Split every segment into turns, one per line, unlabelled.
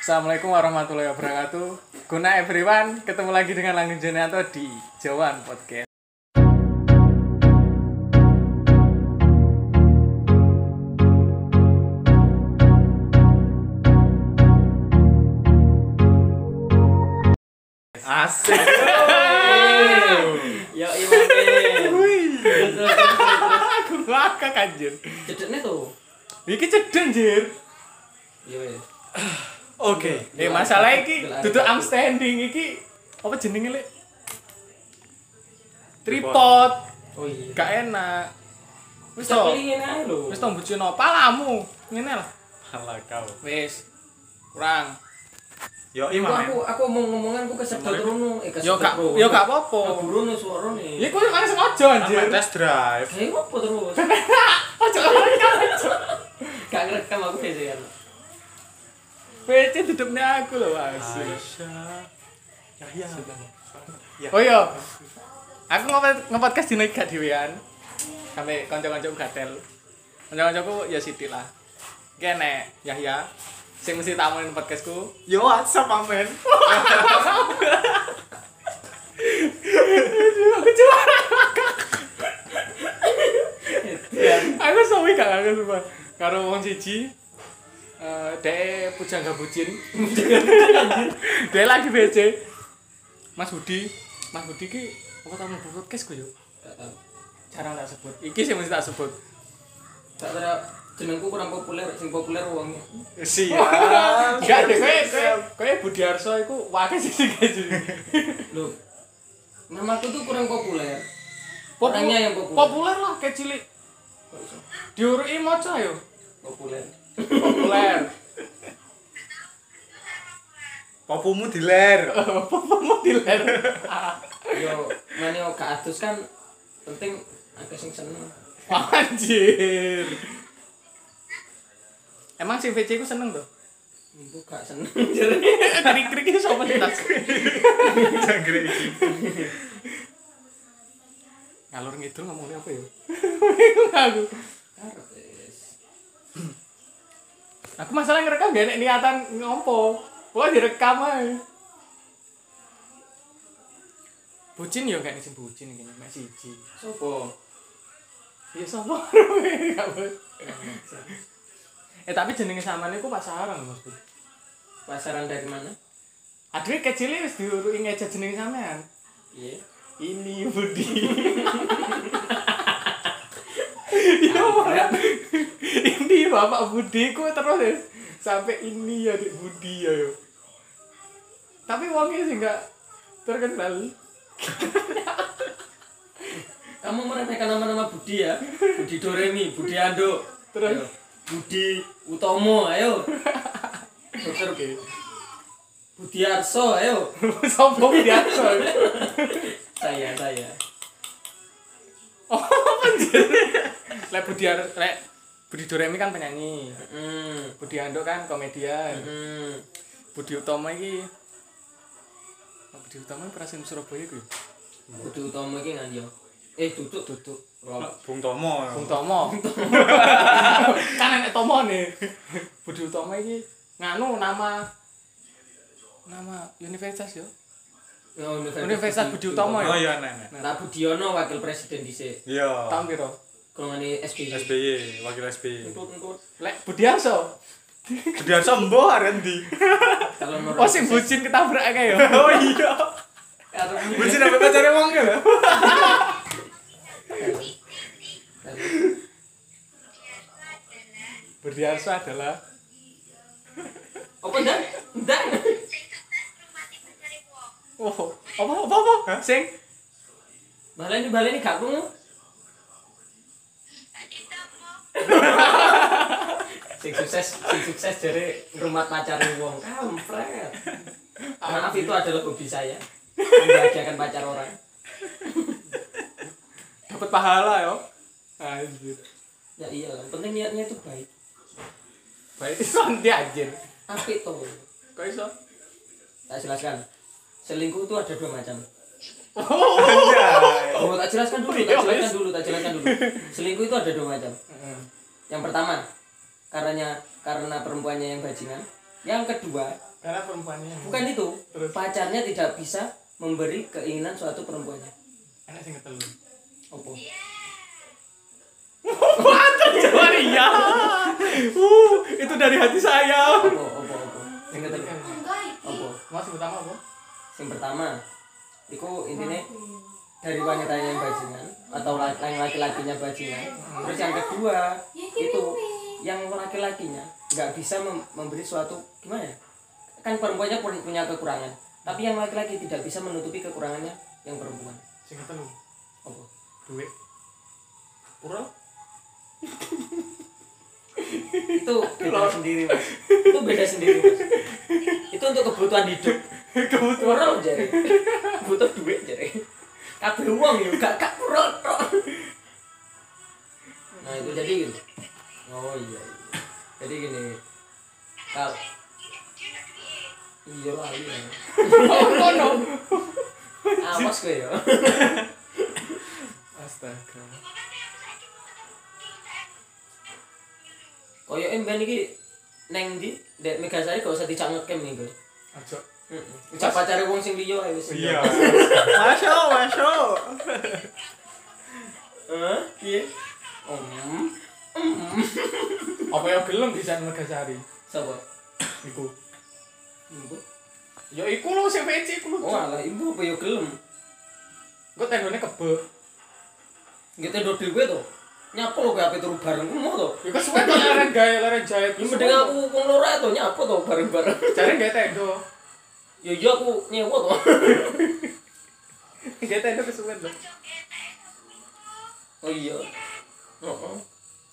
Assalamualaikum warahmatullahi wabarakatuh. Guna everyone, ketemu lagi dengan Langgeng Junianto di Jawan Podcast.
Asik.
Ya imame.
Aku ngakak anjir.
Cedekne tuh.
Iki cedeng anjir. Eh,
Iya weh.
Oke. Eh masalah iki duduk I'm standing iki apa jenenge lek? Tripod.
Oh iya.
Gak enak. Wis
Bisa
to.
pelingin ae lho.
Wis to mbujukno palamu. Ngene lah.
Malah kau.
Wis. Kurang.
Yo
Aku- Aku
imam.
aku mau ngomongan aku kesedot rono, eh
Yo
kesedot
gak
rono.
yo gak apa-apa.
Rono suarane.
Ya kok yang sengaja anjir.
Sampai tes drive.
Kayak apa terus?
Ojo ngerekam ojo.
Gak ngerekam aku biasanya.
PC duduknya aku loh asli.
Aisyah. Yahya.
Oh iya. Aku ngopet ngepodcast dino iki gak dhewean. Sampai kanca-kancaku gatel. Kanca-kancaku ya sithik lah. Kene Yahya sing mesti tamuin podcastku.
Yo WhatsApp amen.
Aku cuma aku suwi gak aku sumpah. Karo wong siji eh dhek pujangga bucin. Dhek lagi BC. Mas Budi, Mas Budi ki apa tamu podcast ku yo?
Gak tau.
Jarang tak sebut. Iki sing mesti tak sebut.
Gak tau. Jenengku kurang populer, sing populer wong.
Siap.
Enggak deh, kowe kowe kowe Budi Arso iku wae sing sing aja.
Lho. Namaku tuh kurang populer.
Popu-
Orangnya yang populer.
Populer lah kayak cilik. Diuruki maca yo.
Populer.
Populer.
Popumu diler.
Popomu diler.
Yo, mane yo gak adus kan penting aku sing seneng.
Anjir. Emang si VC ku seneng tuh.
Aku gak seneng jare.
Krik-krik itu sopan tas.
Jangkrik iki.
Ngalur ngidul ngomongnya apa ya? Bingung aku. Aku masalah ngerekam gak enek niatan ngompo. Pokoknya direkam aja. Bucin ya gak sing bucin iki mek siji.
Sopo?
Ya sapa? Gak bos. Eh tapi jenenge samane ku pasaran Mas Bud.
Pasaran dari mana?
Aduh kecil wis diuruki ngeja jenenge sampean.
Iya.
Ini Budi.
Ya,
ini Bapak Budi ku terus ya. sampai ini ya Dik Budi ya. yo. Tapi wongnya sih gak terkenal.
Kamu meremehkan nama-nama Budi ya? Budi Doremi, Budi Ando.
Terus?
Ayo. Budi Utomo, ayo. Dokter Budi Arso, ayo.
Sopo Budi Arso.
Saya, saya.
Oh, anjir. Lek Budi Ar- lek Budi Doremi kan penyanyi.
Hmm.
Budi Ando kan komedian.
Hmm.
Budi Utomo iki Oh, Budi Utomo iki perasin Surabaya kuwi.
Budi Utomo iki kan yo. Eh, duduk.
Tutup.
Rob.
Bung Tomo. Oh,
Bung Tomo. kan enek Tomo nih. Budi Utomo iki nganu nama nama universitas yo.
Oh,
Universitas Budi Utomo ya?
Oh iya nenek.
Nah, Budiono wakil presiden dhisik.
Iya.
Tahun piro?
Golongane SBY.
SBY, wakil SBY.
Engkut-engkut.
Lek Budi Arso.
Gedean sembuh arendi.
Calon
Oh sing
presiden.
bucin ketabrak akeh yo.
Oh iya.
Calon
Bucin sampe pacare wong ya. lho.
presiden.
Budi Arso adalah
Apa ndak? Ndak.
Oh, apa apa apa? Sing
Baleni baleni gak krungu. sing sukses sing sukses dari rumah pacar wong kampret maaf itu adalah hobi saya membahagiakan pacar orang
dapat pahala yo. Anjir.
ya iya yang penting niatnya itu baik
Baik, son dia anjir.
tapi tuh
Kok iso?
tak jelaskan selingkuh itu ada dua macam
Oh.
Anjay.
oh tak jelaskan dulu tak
Iya,
jelaskan
wes.
dulu tak jelaskan dulu selingkuh itu ada dua macam yang pertama karena karena perempuannya yang bajingan yang kedua
Karena perempuannya.
Bukan itu.
Terus?
Pacarnya tidak bisa memberi keinginan suatu perempuannya.
Enak sing ketelu.
Opo.
Jawaban iya. Uh, itu dari hati saya.
Opo, opo, opo. Sing ketiga. Opo.
Mas sebut apa apa?
Sing pertama, iku intinya dari wanitanya yang bajingan atau la- yang laki-lakinya bajingan. Terus yang kedua, itu yang laki-lakinya nggak bisa mem- memberi suatu gimana? ya? Kan perempuannya pun punya kekurangan, tapi yang laki-laki tidak bisa menutupi kekurangannya yang perempuan.
Sing ketelu.
Opo.
Duit. Pura?
itu beda sendiri mas itu beda sendiri mas itu untuk kebutuhan hidup kebutuhan orang jadi butuh duit jadi kabeh uang ya gak gak kurang tok. nah itu jadi gini oh iya iya. jadi gini kalau iya lah iya awas gue ya
Astaga.
koyo emben iki neng di dek megasari gak usah dicangek kem nih gue
Ojo.
ucap pacare wong sing liya ae wis
Iya. Masuk, masuk.
Hah? Piye? Om.
Apa yang belum bisa Megasari?
Sapa?
Iku.
Ibu.
Ya iku lho sing PC iku lho.
Oh, alah ibu apa ya gelem?
Engko tendone kebe.
Nggih tendo dhewe to. Nyapa lho kowe ape turu bareng ku mau to.
Iku suwe to leren gawe leren jahit.
Ya mending aku wong lora to nyapa to bareng-bareng.
Jare gawe tendo.
Ya iya aku nyewa to.
Gawe tendo kesuwen lho.
Oh iya. Heeh.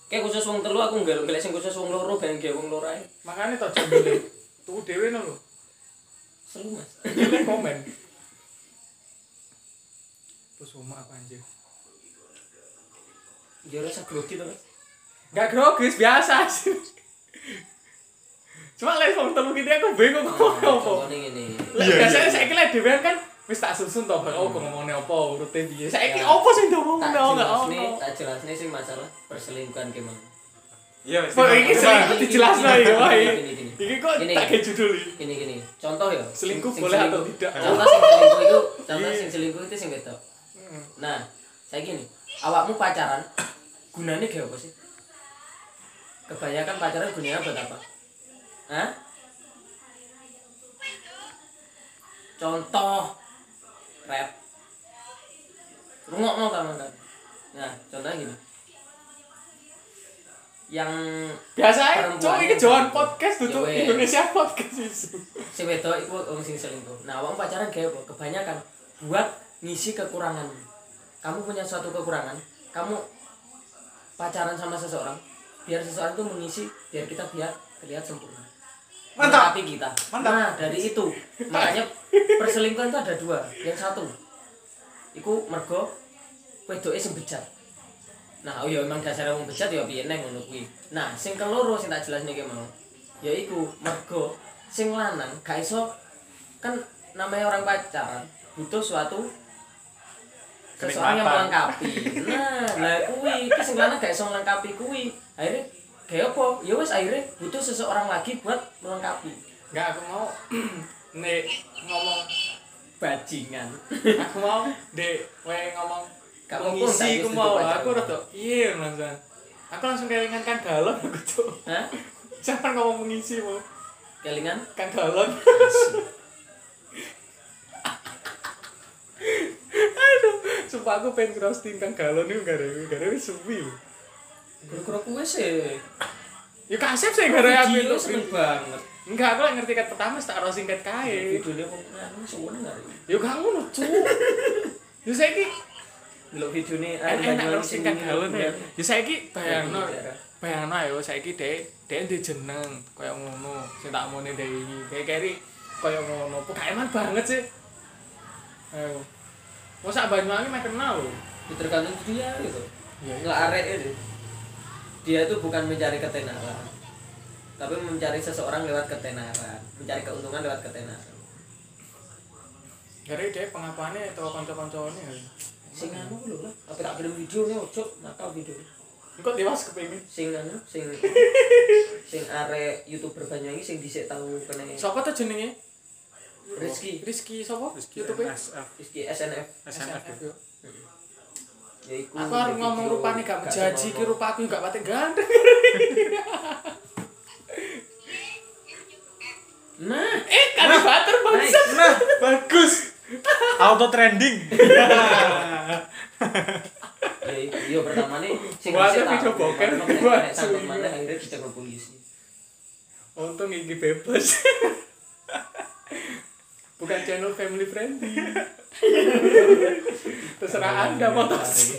Kayak khusus wong telu aku nggak golek sing khusus wong loro ben gawe wong lora ae.
Makane to jembele. Tuku dhewe no lho.
Seru Mas.
Pilih komen. Terus rumah apa anjir?
Ya rasa grogi to Mas.
Gak grogis, biasa sih. Cuma lek wong telu gitu aku bingung kok apa.
Contohnya ngene.
Lek biasanya saiki lek dhewean kan wis tak susun to bang aku ngomongnya apa urute piye. Saiki
Hmm. Ya.
apa sing diomongno
Tak
gak
jelasne,
ono.
tak jelasne sing masalah perselingkuhan gimana.
Iya,
Ya wis. Kok iki sering
Gini,
dijelasno
gini,
iki wae.
gini, gini, gini.
Iki kok
Gini.
tak kayak judul iki.
Gini gini. Contoh ya. sing-
Selingkuh
sing
boleh atau
selingkuh.
tidak? Iya.
Contoh sing selingkuh itu, contoh sing selingkuh itu sing wedok.
Hmm.
Nah, saya gini, awakmu pacaran gunanya kayak apa sih? Kebanyakan pacaran gunanya buat apa? Hah? Contoh rap. Rungok mau kamu kan? Nah, contohnya gini. Yang
Biasanya
Perempuan.
cowok iki jawan podcast duduk
Ya wes.
Indonesia podcast isu.
si wedok itu wong sing selingkuh. Nah, wong pacaran gawe apa? Kebanyakan buat ngisi kekurangan. Kamu punya suatu kekurangan, kamu pacaran sama seseorang biar seseorang itu mengisi biar kita biar terlihat sempurna.
Mantap.
Tapi kita.
Mantap.
Nah, dari itu makanya perselingkuhan itu ada dua. Yang satu iku mergo wedoke sing bejat. Nah, oh ya emang dasar wong bejat ya piye neng ngono kuwi. Nah, sing keloro sing tak jelasne ki mau, yaiku mergo sing lanang gak iso kan namanya orang pacaran butuh suatu seseorang yang
Kenikmatan.
melengkapi. Nah, lah kuwi ki sing lanang gak iso melengkapi kuwi. Akhirnya kayak apa? Ya wis akhirnya butuh seseorang lagi buat melengkapi
Enggak aku mau nek ngomong
bajingan.
aku mau dek wae ngomong
Gak
kamu
apa-apa, tak
ngisi aku
wis
mau
duduk aja.
aku rada iya langsung aku langsung kelingan kan galon aku tuh
Hah?
jangan ngomong mengisi mau
Kelingan?
kan galon aduh sumpah aku pengen roasting kan galon itu gara gara itu suwi
Kuro-kuro kuwi sih.
ya kasep sih Iya. gara aku
eh, Video
itu
seneng banget.
enggak aku lagi ngerti kat pertama tak roasting kat kae
Video dia kok nganu sewenang hari.
ya kamu lucu ya saya ki
Delok videone
Eh,
enak roasting kan galon ya
Hmm.
ya saya ki bayangno
ya.
Iya.
Bayangno ayo saiki dhek dhek ndek jeneng kaya ngono. Sing tak mone dhek iki. Kayak keri kaya ngono.
Pokemon banget sih. Ayo. Mau sak Banyuwangi mah kenal lho.
Ya, Tergantung dia gitu.
Iya, iya.
Nggak arek ini. Dia itu bukan mencari ketenaran. Tapi mencari seseorang lewat ketenaran, mencari keuntungan lewat ketenaran.
Gara dia pengapaannya atau kanca-kancane ya.
Sing anu lho lah, tapi tak kirim videonya ojo nakal video.
Kok tewas kepengin?
sing anu sing sing arek youtuber Banyuwangi sing dhisik tahu kena
Sopo tuh jenenge?
Rizky
Rizky sopo?
Rizky
YouTube-e?
NSF
Rizky SNF
SNF
SNF,
ya.
yo.
yaiku
Aku harus ngomong rupane gak menjanji ki rupaku gak patek ganteng.
nah
Eh, kalibater bangsa.
Nah, bagus. Auto trending.
yaiku yo pertama nih sing
Wah,
dhisik
tapi
tahu
coba kan.
Karena kena-
Wah,
kena
suwi.
tangkep mana akhirnya ditangkap polisi
Untung ini bebas. Bukan channel family friendly. Terserah Anda mau tos.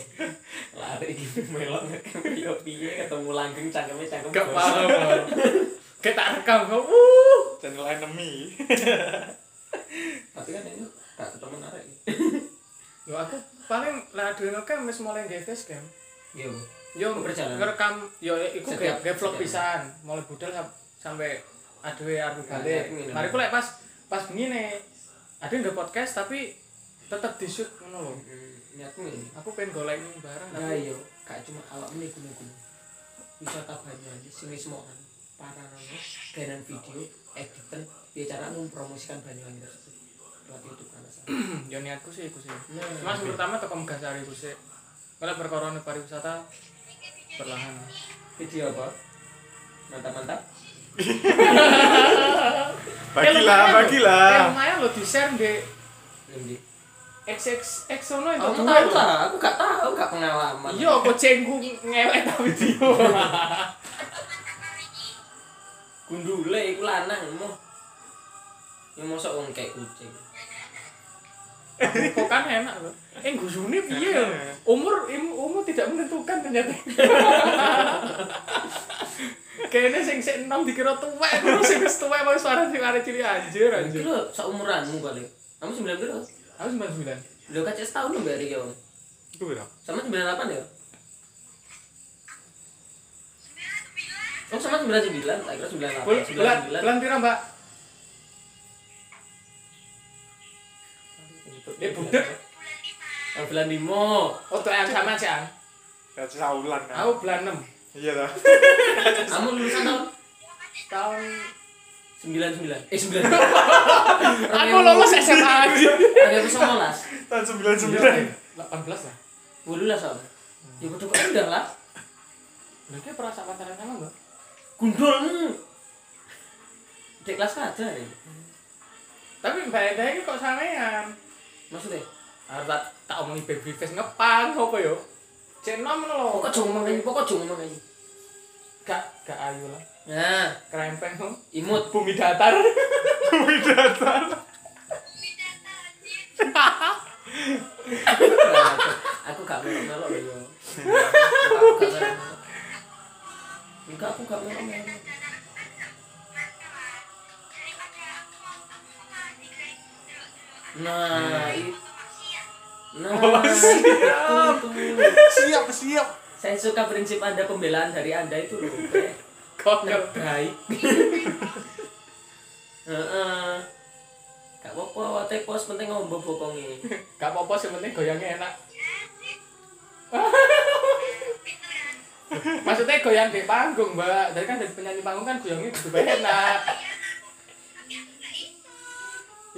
lari gitu melok piye piye ketemu langgeng cangkeme cangkem
Gak
bos.
paham. Bang. Kayak tak rekam kok. Uh.
Channel enemy.
tapi kan ini gak ketemu arek
Yo aku paling lah adrenal kan wis mulai nge cam.
yo
Yo
Perjalanan.
ngerekam yo iku
Setiap-
ge ge vlog
setiap.
pisan, mulai budal sam- sampe aduwe arep
Nah,
balik.
aku ngene.
Mari ku lek pas pas ngene ada nggak podcast tapi tetep di shoot ngono lho.
ini aku ini
Aku pengen golek ini barang
Nah,
tapi
iya, gak cuma awak ini gunung-gunung. Wisata Banyuwangi sing wis mokan paranono, gawean video, editan, piye cara mempromosikan Banyuwangi tersebut. Lewat YouTube kan asal.
yo Hmm, ya niatku sih iku sih.
Nah,
Mas pertama toko Megasari ku sih. Kalau perkara nih pariwisata perlahan.
video apa? Mantap-mantap.
Bagilah, bagilah.
Eh lumayan lo di share di
Endi?
XXX ono Oh, itu.
Aku
duwe
tahu
lho.
lah, aku gak tahu, gak pengalaman.
Iya, aku cengku ngewek ta video.
gundule iku lanang moh. Ya mosok wong kayak kucing.
Kok kan enak loh. Eh gusune piye ya? Umur im- umur tidak menentukan ternyata. Kayaknya sing sik enom dikira tuwek, terus sing wis tuwek mau suara sing arek cilik anjir anjir.
Iki lho seumuranmu kali. Kamu 9 piro?
Aku 99.
Lho kacek setahun lho mbak Eri ya.
Itu berapa?
Sama 98 ya? Oh sama 99, tak kira 98
Bul- Bulan bulan pira, Mbak? Eh, budek.
ya. Yang bulan 5
Oh, tuh yang sama sih, Ang.
Ya saulan.
nah.
Aku bulan 6.
Iya ta.
Kamu lulusan tahun
Tahun
99 Eh 99
Aku lulus SMA aja.
Tapi aku 19
Nah,
Tahun
Iya,
99.
18 lah.
Bulu lah soalnya Ya kudu kok udah lah
Lha ki perasaan pacaran sama, Mbak?
Gundulmu Dek kelas kaca ya. nih
Tapi Mbak Enda ini kok sampean.
Maksudnya
Arep tak tak omongi baby face ngepang apa yo? Cek nom lho.
Pokok jong ngomong ini, pokok jong ngomong ini
Gak gak ayu lah.
Nah,
Krempeng lho.
imut
Bumi datar.
Bumi datar.
Nah, aku- Aku gak melok-melok lho yo. Aku gak melok-melok. Enggak, aku gak melok-melok Nah, i- nah, itu, itu.
Siap, siap.
Saya suka prinsip Anda pembelaan dari Anda itu loh.
Kok
Terbaik. Heeh. Gak apa-apa, wate pos penting ngombe bokonge.
gak apa-apa sih penting goyangnya enak. Maksudnya goyang di panggung, Mbak. Dari kan dari penyanyi panggung kan goyangnya nah. kudu enak.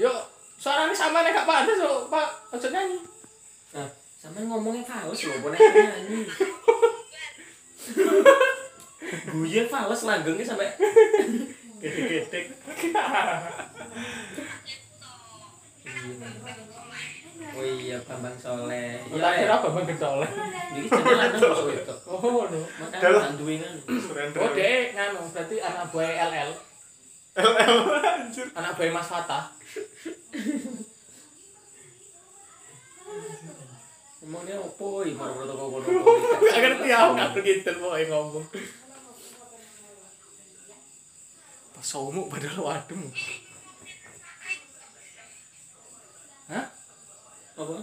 Yuk, suaranya sama nih gak pantas lho, Pak. Ojo nyanyi.
Nah, sampe ngomongnya fals lho, boleh nyanyi. Guye fals langgengnya sampe
Gedek-gedek.
Iya,
Oh iya, Bambang Soleh.
Iya, kira Bambang Getol.
Jadi jadi lanang kok itu.
Oh, no.
Makanya
Dalam.
bantuin kan.
Surrender.
Oh, deh, nganu, berarti anak buah LL,
LL anjir.
anak buah Mas Fatah.
Emangnya opo iki baru protokol kono.
Gak ngerti aku, gak begitu pokoknya ngomong. Pas somu padahal wadem. Hah?
Apa?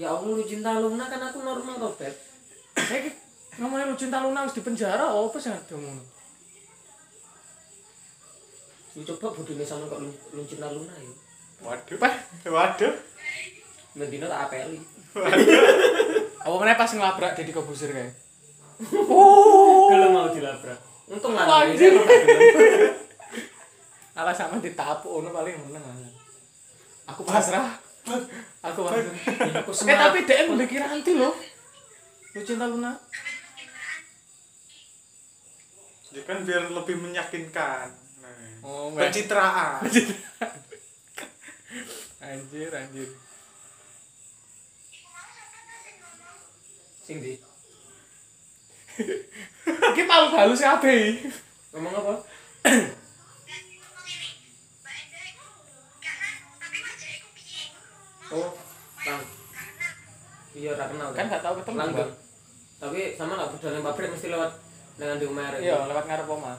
Ya Allah lu cinta Luna kan aku normal kok, Beb.
Saya namanya lu cinta Luna harus di penjara, apa sih ngerti ngono?
Lu coba bodohnya sama kok lu, lu cinta Luna ya.
Waduh. Waduh.
Mendino tak apeli.
Apa meneh pas ngelabrak Deddy Kobuzer kae. Oh.
Gelem mau dilabrak.
Untung
Wah,
lah.
anjir.
ini kan
Alah sama ditapuk ono paling meneng. alah. Aku pasrah. Aku pasrah.
aku
Eh
semangat.
tapi DM udah kiranti loh. Lu cinta Luna.
Ya kan biar lebih meyakinkan. Nah.
Oh, enggak.
Pencitraan.
Anjir, anjir.
Sing di.
Iki palu halus kabeh. iki.
Ngomong apa? Oh, bang. Iya, tak kenal.
Kan gak tau ketemu.
Langgeng.
Bang.
Tapi sama lah budal yang pabrik mesti lewat dengan di Umair.
Iya, lewat ngarep oma.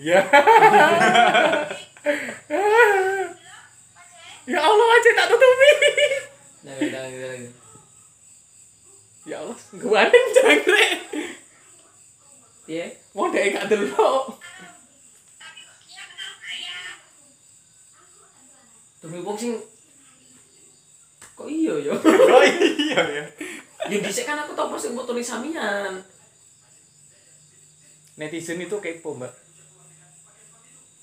Iya. ya Allah aja tak tutupi.
Nah, iya, iya, iya, iya.
ya Allah, gue aneh jangkrik.
Piye?
Mau dek gak delok.
Demi wong sing kok iya yo.
Oh iya ya.
Ya dhisik kan aku tau pas sing foto samian.
Netizen itu kepo, Mbak.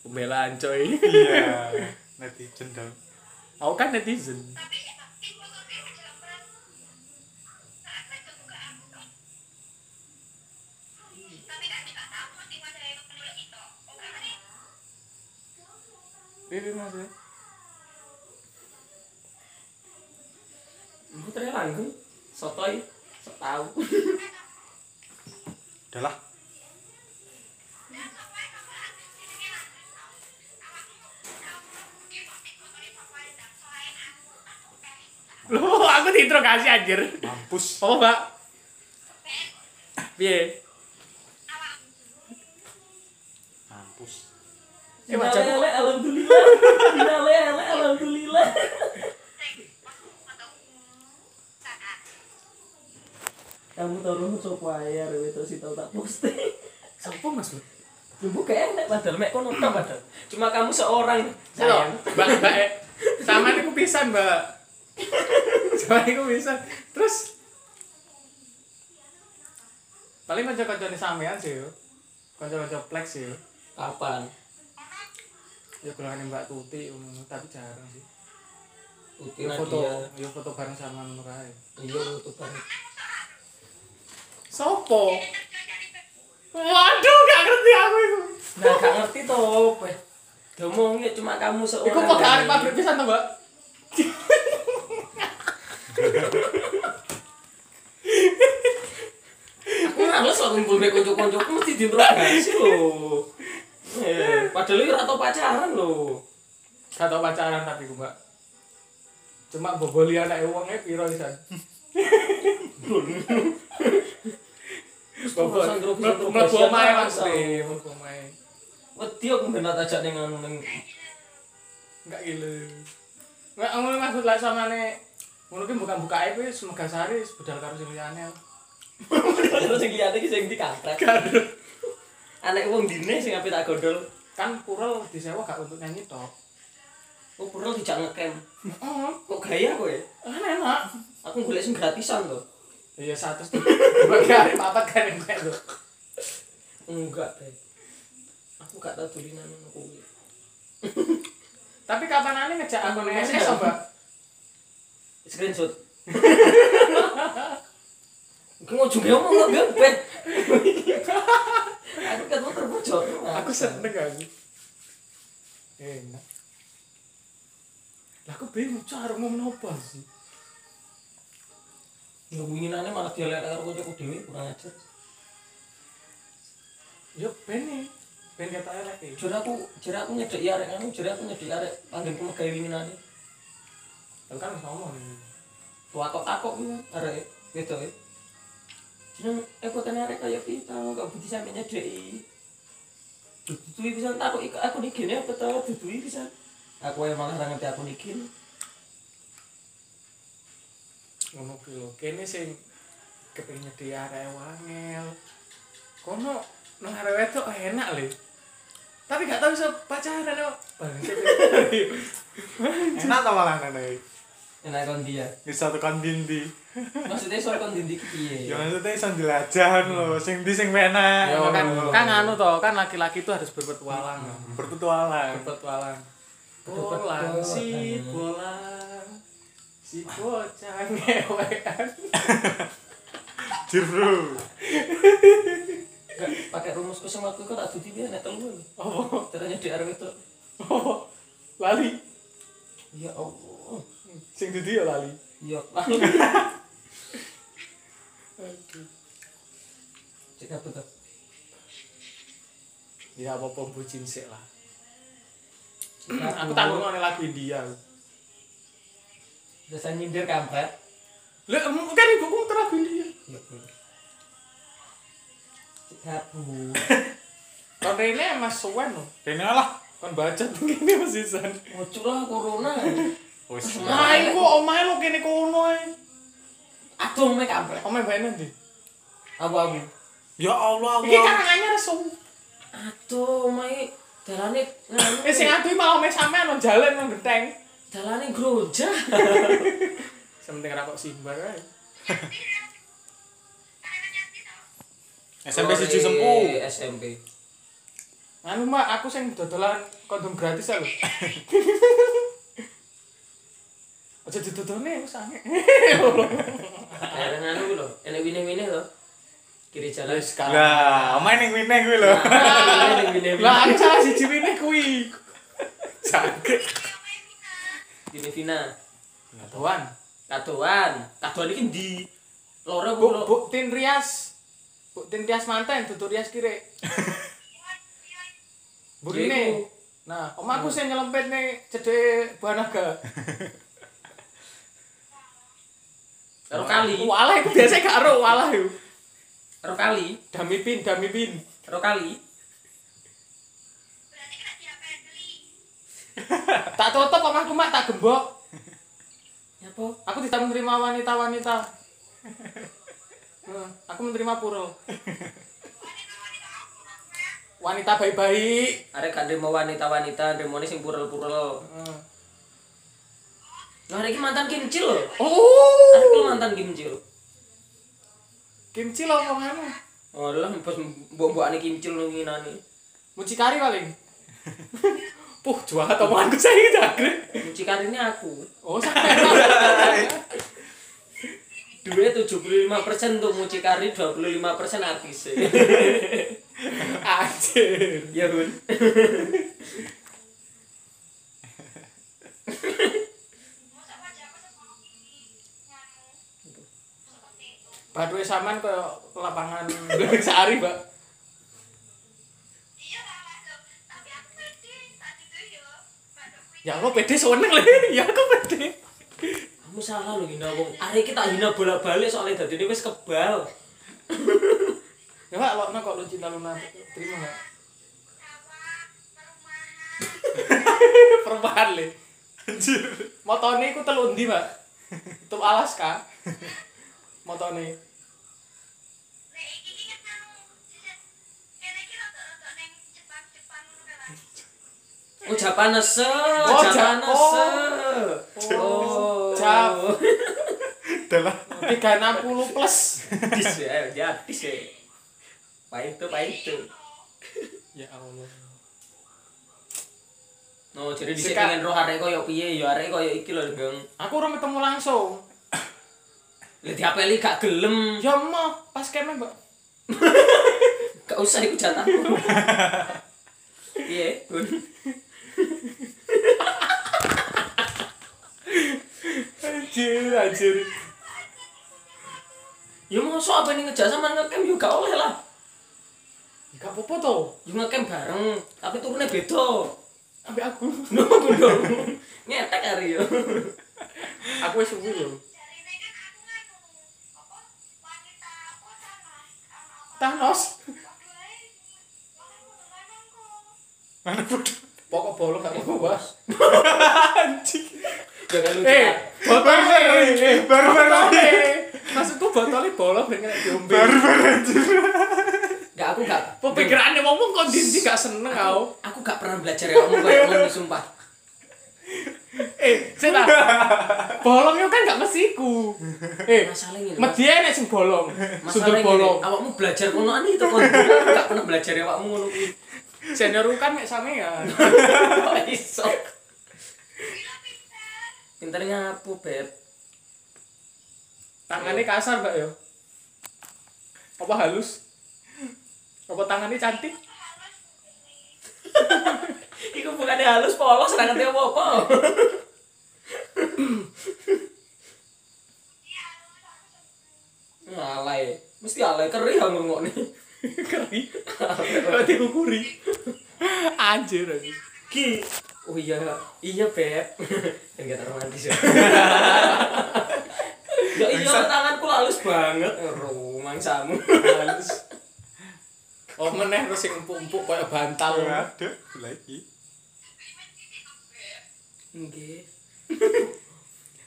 Pembelaan coy.
Iya. Netizen dong.
Aku kan netizen. eh, kan Ini mas ya.
Putre langgeng sotoy setau.
Udahlah.
Loh, aku diinterogasi anjir.
Mampus.
Apa, Mbak? Piye?
Mampus.
Eh, wajahku kok-
alhamdulillah. Finale ale alhamdulillah. Kamu tau ruh sopo ae arep terus tau tak posting.
Sopo Mas? Mbak?
Lu kayak enak padahal mek kono tok padahal. Cuma kamu seorang sayang.
Mbak, Mbak. eh, Sama niku pisan, Mbak. Sama niku pisan. Terus paling kanca-kancane sampean sih yo. Kanca-kanca pleks sih yo.
Kapan?
Ya golongan Mbak Tuti ngono, tapi jarang sih.
Uti
Yo foto,
Nadia.
yo foto bareng sama ngono kae.
Iya, foto bareng.
Sopo? Waduh, gak ngerti aku itu.
Nah, gak ngerti to, kowe. Domongnya cuma kamu seorang.
Iku kok gak arep pabrik pisan to, Mbak?
Aku males kok ngumpulne kanca-kancaku mesti diinterogasi lho. Eh, padahal iki ora tau pacaran lho.
Gak tau pacaran tapi gue, Mbak. Cuma boboli anak wong e piro pisan. Bobol.
Urusan grup-
Mlebu
grup
mlebu
siapa,
omahe
Mas?
maksudnya, mlebu omahe.
Wedi aku ben tak ajak ning ning
Enggak gila. Enggak ngono maksud lek samane ngono ki buka-buka ae kuwi semoga sari sebedal karo sing liyane.
terus sing liyane iki sing dikampret. Anak wong dine sing ape tak gondol.
Kan kurel disewa gak untuk nyanyi tok.
Oh, perlu dijak ngekem.
Heeh.
Kok gaya kowe?
Enak.
Aku golek sing gratisan lho.
Iya satu tuh. Bagi hari papat kan yang kayak tuh.
Enggak, Be. Aku gak tau dolinan ngono kuwi.
Tapi kapan aneh ngejak aku nih
Masih
SS
nggak?
mbak?
Screenshot. Iki ngojunge omong kok gebet. Aku kan ketemu terpojok.
Aku seneng aku. Enak. Lah aku bingung cara ngomong apa sih?
Ngewinginane malah dialek karo kancaku dhewe kurang ajar.
Ya ben nih. Ben e. kata elek nih.
Jare aku, jare aku nyedek arek anu, jare aku nyedek arek panggenku megawe winginane.
Lu kan harus ngomong nih.
Tuh takok kuwi arek wedoke. Jeneng ekotane arek kaya ya, piye ta kok budi sampe nyedeki. Dudui pisan takok iki aku niki ne apa ta dudui pisan. Aku ae malah ora ngerti aku niki.
Ngono kuwi lho. Kene sing kepengin dia arek wangel. Kono nang arek itu enak lho. Tapi gak tau bisa pacaran kok. Bangsa.
enak ta malah ya. nenek
enak kon dia
di satu kon dindi
maksudnya soal kon dindik piye
ya maksudnya iso jelajahan lho sing di sing enak
Ya,
ngono
kan,
lho.
kan anu toh, kan laki-laki itu harus berpetualang.
berpetualang
Berpetualang.
Bolang si bolang si bocah ngewean.
jeru
pakai rumus kosong aku kok tak dudu piye nek telu
Apa?
ternyata di arep itu
Apa? Lali.
ya Allah
Sing dudu ya lali.
ya cek apa tuh
Ya apa-apa bucin sik lah. Aku tak ngomongin lagu India.
dasar nyindir kampret
Lah em- kan ibuku muter lagu India.
ya bro cek kabur
Kon rene Mas Suwen lho.
ini lah
Kon baca begini Mas Isan.
ngucur lah corona
wis
Nah, iku omahe lo kene kono ae.
aduh mek kampret
Omahe bae nanti.
aku aku
ya Allah
Iki kan
Allah
karangane resu.
aduh mek dalane
Eh sing adu mau omahe sampean lo jalan nang genteng.
dalane grojah
Sementing ra kok simbar ae.
SMP siji sempu
SMP
Anu Mbak, aku sing dodolan kondom gratis aku. Aja didodone wis aneh.
Karen anu lho, enek wine-wine lho. Kiri jalan.
Wis kalah.
lah main yang wineng kuwi lho
Enek wine-wine.
Lah aku salah siji wene kuwi. Sakit.
Dine Vina.
Katoan.
Katoan. Katoan iki ndi? Loro apa
Buk
loro?
buk tin rias. Buk tin rias manten dudu rias kire.
Yaiku.
Burine. Nah, om aku sing nyelempit nih cedek banaga.
Karo kali.
Walah iku biasa gak ero walah iku.
Karo kali.
Dami pin, dami pin.
Karo kali.
Tak tutup omahku mak tak gembok.
Nyapa?
Aku tidak menerima wanita-wanita. Hmm, aku menerima puro. Wanita baik-baik.
Arek gak nrimo wanita-wanita, nrimone sing purel-purel.
Hmm.
Lah arek iki mantan kimcil lho.
Oh,
Arek iki mantan kimcil.
kimchi loh omonganmu.
Oh, lah bos mbok-mbokane kimcil lho nginani.
Mucikari paling. Puh, juara omonganku saya jagre.
Mucikari ini aku.
Oh, sampai.
Duwe 75% untuk mucikari, 25% artis.
Anjir.
Ya, Bun.
Batu saman ke lapangan Bebek Sari, Mbak. Ya aku pede seneng lho. Ya aku pede.
kamu salah lho hina wong hari kita hina bolak balik soalnya dadi ini wis kebal
Ya, Mbak, lo kok lo cinta Luna terima nggak? Perubahan le.
anjir
Motone iku telu endi, Mbak? Tutup Alaska. Motone.
oh japanese
Oh,
oh japanese oh
Jap.
dalah
360 plus.
dis ya ya dis ya pahit tuh pahit tuh
Ya Allah.
no jadi di sini
Sika.
pengen roh arek koyo piye ya arek koyo iki lho geng
Aku ora ketemu langsung.
lha diapeli gak gelem
Ya mau pas keme, Mbak.
gak usah iku jatahku piye bun
Anjir, anjir.
ya mosok apa ini ngejar sama ngecamp juga oleh lah
Ya gak apa-apa to.
ya ngecamp bareng tapi turunnya beda
Ambek aku.
nunggu dong ngetek hari yo
Aku wis suwi lho. Thanos.
mana bodoh
Pokok bolong gak apa-apa, Mbak.
jangan lucu
Eh, botol eh.
baru baru
Botolnya. Maksudku botolnya bolong ben kena diombe.
baru baru anjir
Nggak, aku gak
Pemikirannya ngomong kok dindi gak seneng kau.
aku gak pernah belajar ya kamu kayak ngomong sumpah
eh sik ta. Bolong itu kan gak mesiku. Eh,
Masalah ini. Mas.
medhi nek sing bolong.
Masalah Oh.
Sundur
ini.
bolong.
Awakmu belajar kono ani itu kon. Enggak pernah belajar awakmu ngono kuwi.
Senior kan mek sampean.
Kok iso? Pinter ngapu, Beb.
Tangannya kasar, Mbak yo. Apa halus? Apa tangannya cantik?
Iku bukannya halus polos serangkatnya apa-apa. Alay, mesti alay keri yang ngomong nih.
Keri. Kalau dikukuri. Anjir anjir.
Ki. Oh iya, iya beb. Enggak romantis ya. Ya iya tanganku halus banget. Rumang samu halus.
Oh meneh terus sing empuk-empuk kayak bantal.
Iya.
Ada lagi.
Nggih.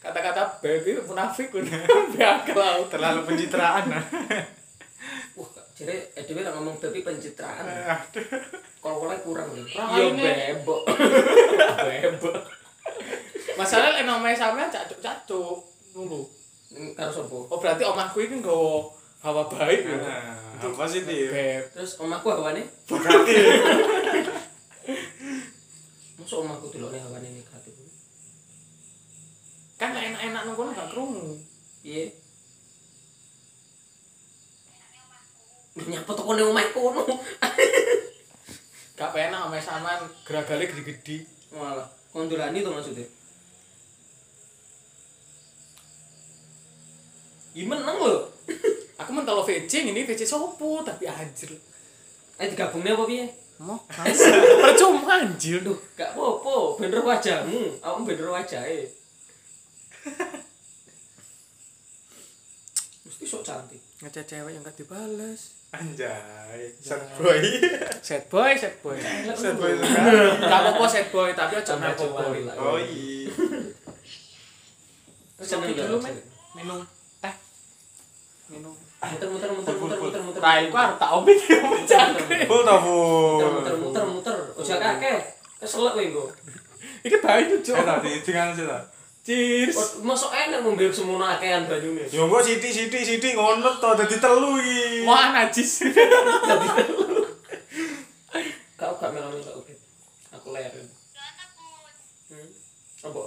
Kata-kata baby munafik kan. Biakal.
Terlalu pencitraan nah.
Wah, jadi Edwin ngomong babi pencitraan.
Ada.
Kalau kurang nih.
Iya,
bebok. bebok.
Masalah lek omahe sampean cacuk-cacuk ngono.
Karo sopo?
Oh berarti omahku iki nggawa hawa baik yo.
Nah, apa sih dia?
Beb.
Terus omahku hawane,
Berarti
masuk omahku delokne hawane negatif.
Kan lek enak-enak nang kono gak krungu.
Piye? Nyapa toko ne omahku ngono.
Gak penak omahe sampean geragale gede-gede.
Malah kondolani to maksudnya. Imen nang lho.
Aku mentolo VC ini VC sopo tapi anjir.
Eh digabungne apa piye?
Mau percuma anjir
Duh, gak apa-apa, bener wajahmu. Aku bener wajahe. Mesti sok cantik.
Ngecat cewek yang gak dibales.
anjay, sad boy.
Sad boy, sad boy.
Sad boy sekali.
Gak apa-apa sad boy tapi aja
Sama
narko
cowok.
boy.
Oh iya.
Terus
Seneng
ngopi
gak
dulu men.
wajahnya?
Minum teh. Minum.
muter muter muter muter muter muter
Rai ku arep tak omit yo cangkrik.
Full tahu.
muter muter muter muter ojo kakek keselak kowe engko
Iki bae itu
Eh
cok.
tadi jangan sih lah.
Cheers.
mosok enak ngombe semono akehan banyune
Yo gua Ya, siti siti siti ngono to dadi telu iki.
Wah najis.
kau gak meloni tak ubet aku layar hmm apa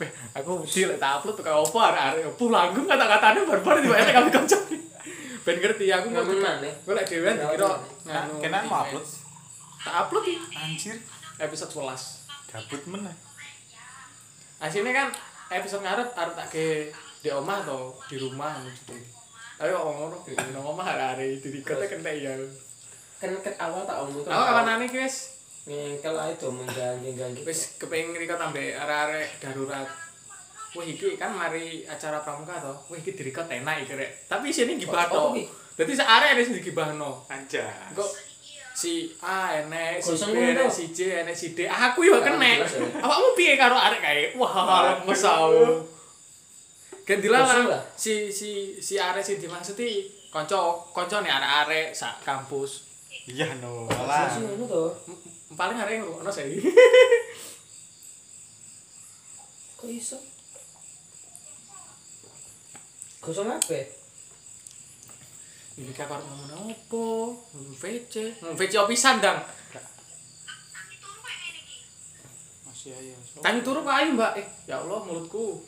Beh, Aku mesti lek tak upload tukang opo arek-arek opo langgeng kata-katane barbar tiba enek kami kocok. Ben ngerti aku mau
ngamen maneh
Gue lek dhewean dikira nganu.
Nah, Kena mau upload.
Tak upload iki
Anjir,
episode 11.
gabut meneh.
Aslinya kan episode ngarep arep tak ke di omah atau di rumah gitu. Tapi kok ngono di nang omah hari-hari di dikote kena ya.
kan ket awal tak
Aku
omong
kawanane iki wis
ngengkel ae do mengganjing ganjing
wis kepengin riko tambe arek-arek darurat. Wah iki kan mari acara pramuka to. Wah iki direkot enak iki rek. Tapi isine gibah
Apa
to.
kuwi?
Dadi sak arek ada sing digibahno.
Anjay.
Kok si A enek, si
Gosong
B
ngono.
enek, si C enek, si D. Aku yo kena.
Jelas, ya.
Awakmu piye karo arek kae? Wah,
Waduh.
mesau. Kan dilarang
Gosong lah.
si si si arek sing dimaksud iki kanca kancane arek-arek sak kampus.
Iya no.
Terus
Alah.
ngono to
M- Paling arek ngrungokno saiki.
kok iso gosong apa
Iki kakak arep ngomong apa? Ngomong VC. Ngomong VC opisan, Dang.
Masih ayo. so.
Tangi turu Pak Ayu, Mbak. Eh, ya Allah mulutku.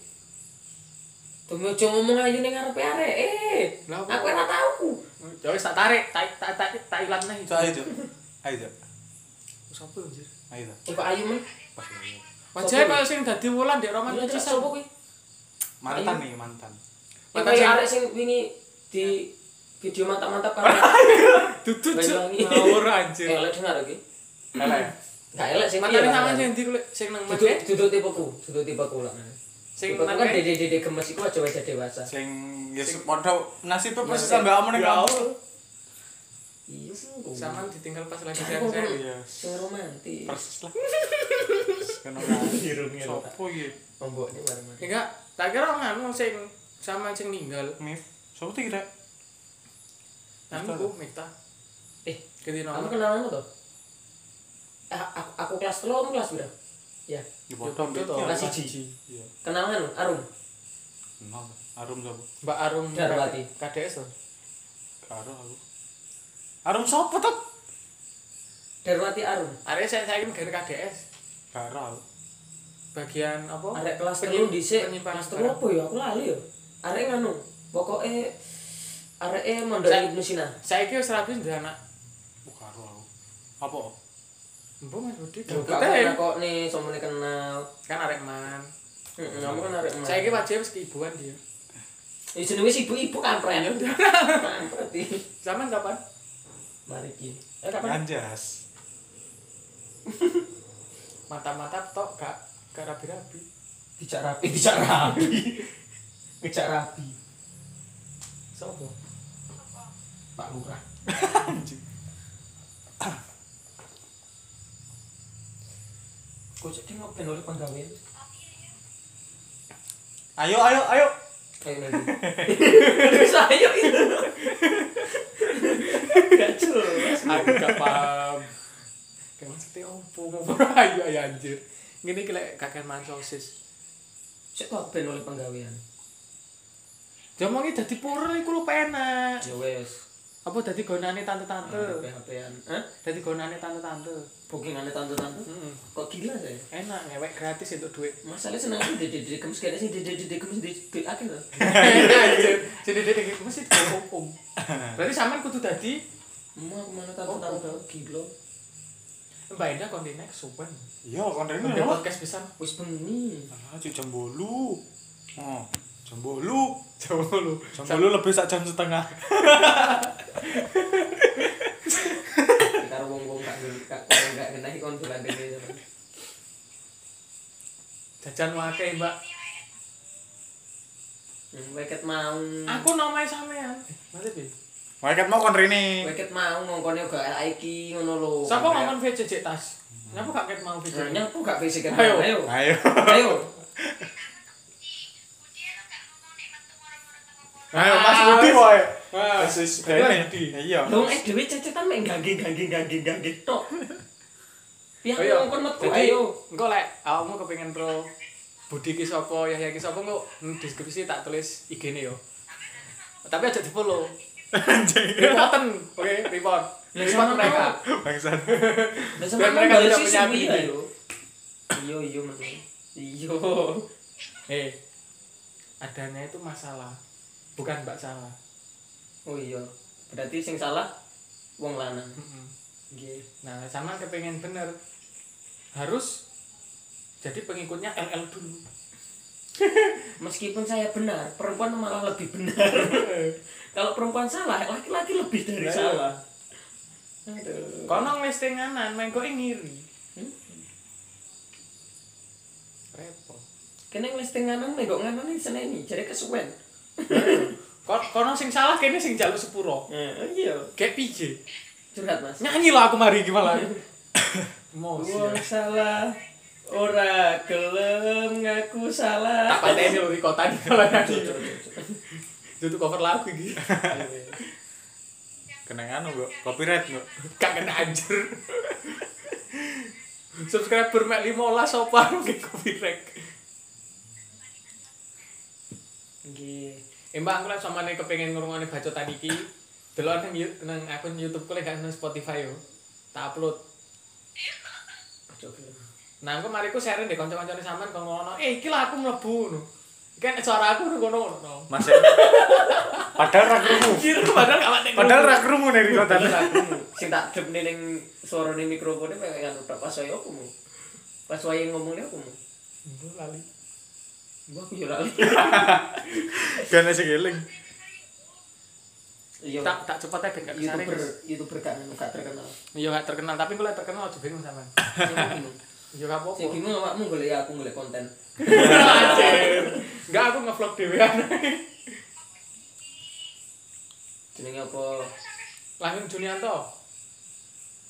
Tunggu aja ngomong aja nih ngarepe arek eh
Lah, apa?
aku ora tahu
Ya wis tak tarik, tak tak tak tak ilang neh.
So, ayo, Cok. Ayo, Cok.
Sopo anjir?
Ayo, Cok.
Ya, Kok ayu men?
Ah, Pas ayo.
Wajahnya kayak sing dadi wulan dek Roman
Iya, terus
Pecisan.
sopo kuwi?
Mantan nih, mantan.
Ya,
Mantan sing-
kayak arek sing wingi di video mantap-mantap kan.
Dudut
Banyuwangi.
Cuk. ngawur
Eh,
anjir. Iya,
elek dengar iki.
Alah.
Gak elek sing
Matane sama sing ndi kulit sing nang
duduk
mene?
duduk tipeku, duduk tipeku lah.
Hmm. Sing
Tipeku
nang
kan
mene.
dede-dede gemes iku aja wajah dewasa. Iya,
Sing ya padha nasibnya persis
Nasib.
sampe amune
Ya
kamu.
Iya sih.
Sama ditinggal pas lagi
Cari kok,
sayang-sayang.
Iya.
Sing romantis.
Persis lah. Kenapa?
Irungnya lho.
Sopo iki?
Pembokne bareng-bareng.
Enggak, tak kira nganu sing sama sing ninggal.
Mif. Sopo iki, Rek?
Nangku Mita.
Eh,
Ganti
kamu
nomor.
kenalan to? a- Ah, aku, aku kelas telu kamu kelas berapa ya
Ya bodoh
Yo,
Mbak.
yo,
kelas
Kelas
siji.
siji. Iya.
kenangan arum
Kenal. Arum sapa?
Mbak Arum
Darwati.
KDS loh.
Karo aku. Arum sapa tuh?
Darwati arum
Arek saya saya kan KDS
Karo aku.
bagian apa?
arek kelas
Penyim-
telu dhisik
penyimpanan
kelas telu
Oh, barang.
apa ya aku lali ya arek nganu pokoke areke mondok
Saya-
Ibnu Sina
Saya kira serabis dua anak.
Oh, karo aku. Apa?
Mbok Mas Budi
Loh,
gabut
gak
ae.
pernah kok nih sombone kenal
kan arek man.
Heeh, kamu kan arek
Saya kira wajib wis keibuan dia.
Ya jenenge wis ibu-ibu kampret. Kampret iki.
Zaman kapan?
Mari iki. Eh kapan?
Anjas.
Mata-mata tok gak gak rabi-rabi.
Dijak rapi, dijak rapi. Dijak rapi. Sopo? Pak Lurah. Kok jadi ngopen oleh penggawean?
Ayo ayo ayo.
Ayo nanti. Terus ayo itu. Gak jelas.
Aku gak paham. Kayak maksudnya opo ngobrol ayo ayo anjir. Ngene iki lek kan kakek man sosis.
Cek kok ben oleh penggawean.
Diomongi dadi purel iku lu penak.
Ya wes.
Apa dadi gonane tante-tante?
HP-an. Hah?
Dadi gonane tante-tante.
Bookingannya tante-tante.
Heeh.
Kok gila saya?
Enak ngewek gratis untuk duit.
Masalahnya seneng aku dede dede kemes kayaknya sih dede dede kemes di klik akeh lho.
Jadi dia kayak mesti dihukum. Berarti sampean kudu dadi
Mau aku mana tahu tahu tahu gila.
Mbak Enda kontine kesuwen.
Iya kontennya
Udah
apa?
podcast pisan.
Wis bengi.
Ah, cuk jam 8. Oh, jam 8.
Jauh lu.
Jam 8 lebih sak jam setengah.
Karo wong-wong gak gak gak kenai kon dolan dene.
Jajan wakai, Mbak.
Hmm, Weket mau.
Aku nomai sampean. Nanti bi.
Malaikat mau kon rene.
Weket mau ngongkone gak elak iki ngono lho.
Sapa ngomong VJ cek tas? Kenapa gak ket mau VJ?
Oh, Nah, nyapu gak bisa kan.
Ayo.
Ayo.
Ayo.
Ayo.
Ayo Mas Budi wae. Mas wis rene.
Budi.
Iya.
Dong eh dhewe cecetan mek gangge gangge gangge gangge tok. Piye
Ayo.
Eh, aku ngongkon metu
Oh, Jadi,
ayo.
engko lek ah, awakmu kepengin ro Budi ki sapa, Yahya ki sapa engko hmm, deskripsi tak tulis IG-ne yo. Tapi aja di-follow. Reporten, oke, report.
Lah,
Report
sama
mereka.
Bangsat.
Lah
Biar
sampeyan
mereka
bales
tidak
sih
punya
suwi
hati.
ayo. Iya iya metu. Iya.
Eh. Adanya itu masalah. Bukan Mbak salah.
Oh iya. Berarti sing salah wong lanang.
Mm-mm.
Nggih.
Nah, sama kepengen bener. Harus jadi pengikutnya LL dulu.
Meskipun saya benar, perempuan malah lebih benar. Kalau perempuan salah, laki-laki lebih dari
Ayo.
salah. Aduh.
Kono ngestenganan, main kok ngiri.
Hmm?
Repot.
Kene nglesting nganan nek kok nganan iki seneni, jare kesuwen.
Kon- Kono sing salah kene sing jaluk sepuro.
Heeh, iya.
Kayak PJ.
Curhat, Mas.
Nyanyi lah aku mari gimana? Mau sih.
Wong salah ora gelem ngaku salah.
Tak pateni lho di kota di kalau nanti. Itu cover lagu iki.
Kenangan anu, Mbok. Copyright, Mbok.
Gak kena anjir. Subscriber mek 15 sopan nggih copyright.
Nggih.
Eh mbak, aku lah sama nih kepengen ngurungane bacotan iki. Delok nang Yu- nang akun YouTube ku lek gak nang Spotify yo. Tak upload.
Coba.
Nah, aku mari ku share deh kanca-kancane sampean kok ngono. Eh, iki lah aku mlebu ngono. Iki kan suara aku ngono ngono.
Mas. Padahal ra krungu.
Anjir, padahal gak patek.
Padahal ra krungu nih di konten.
sing tak depne ning suarane mikrofone kaya ngono tok pas saya opo mu. Pas saya ngomongnya opo mu.
lali.
Mbah aku yo lali.
Gane sing eling.
Iya.
Tak tak cepet ae ben gak kesare.
YouTuber, YouTuber gak ngono gak terkenal.
Yo gak terkenal, tapi gue lek terkenal aja bingung sampean.
Sing bingung.
Yo gak
Sing
apa-apa.
bingung awakmu golek ya, aku golek konten.
Anjir. Enggak aku nge-vlog dhewean.
Jenenge apa?
Langsung Junianto.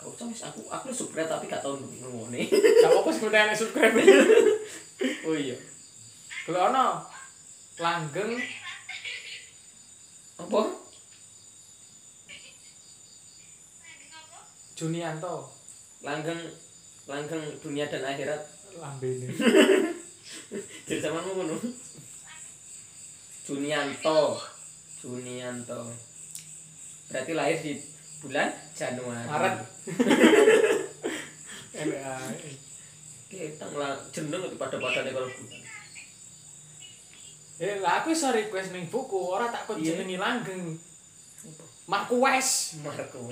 Aku cuma aku aku subscribe tapi gak tau ngomongnya.
Gak apa-apa sebenarnya nek subscribe.
Oh iya.
Gue ono. Langgeng
Apa?
Junianto.
Langgeng langgeng dunia dan akhirat
lambene
jadi sama ngono Junianto Junianto berarti lahir di bulan Januari
Maret. E.
kita malah jeneng pada pada kalau bulan
Eh, lah aku iso request ning buku, ora tak kon
Iya.
jenengi langgeng. Marquez.
Marco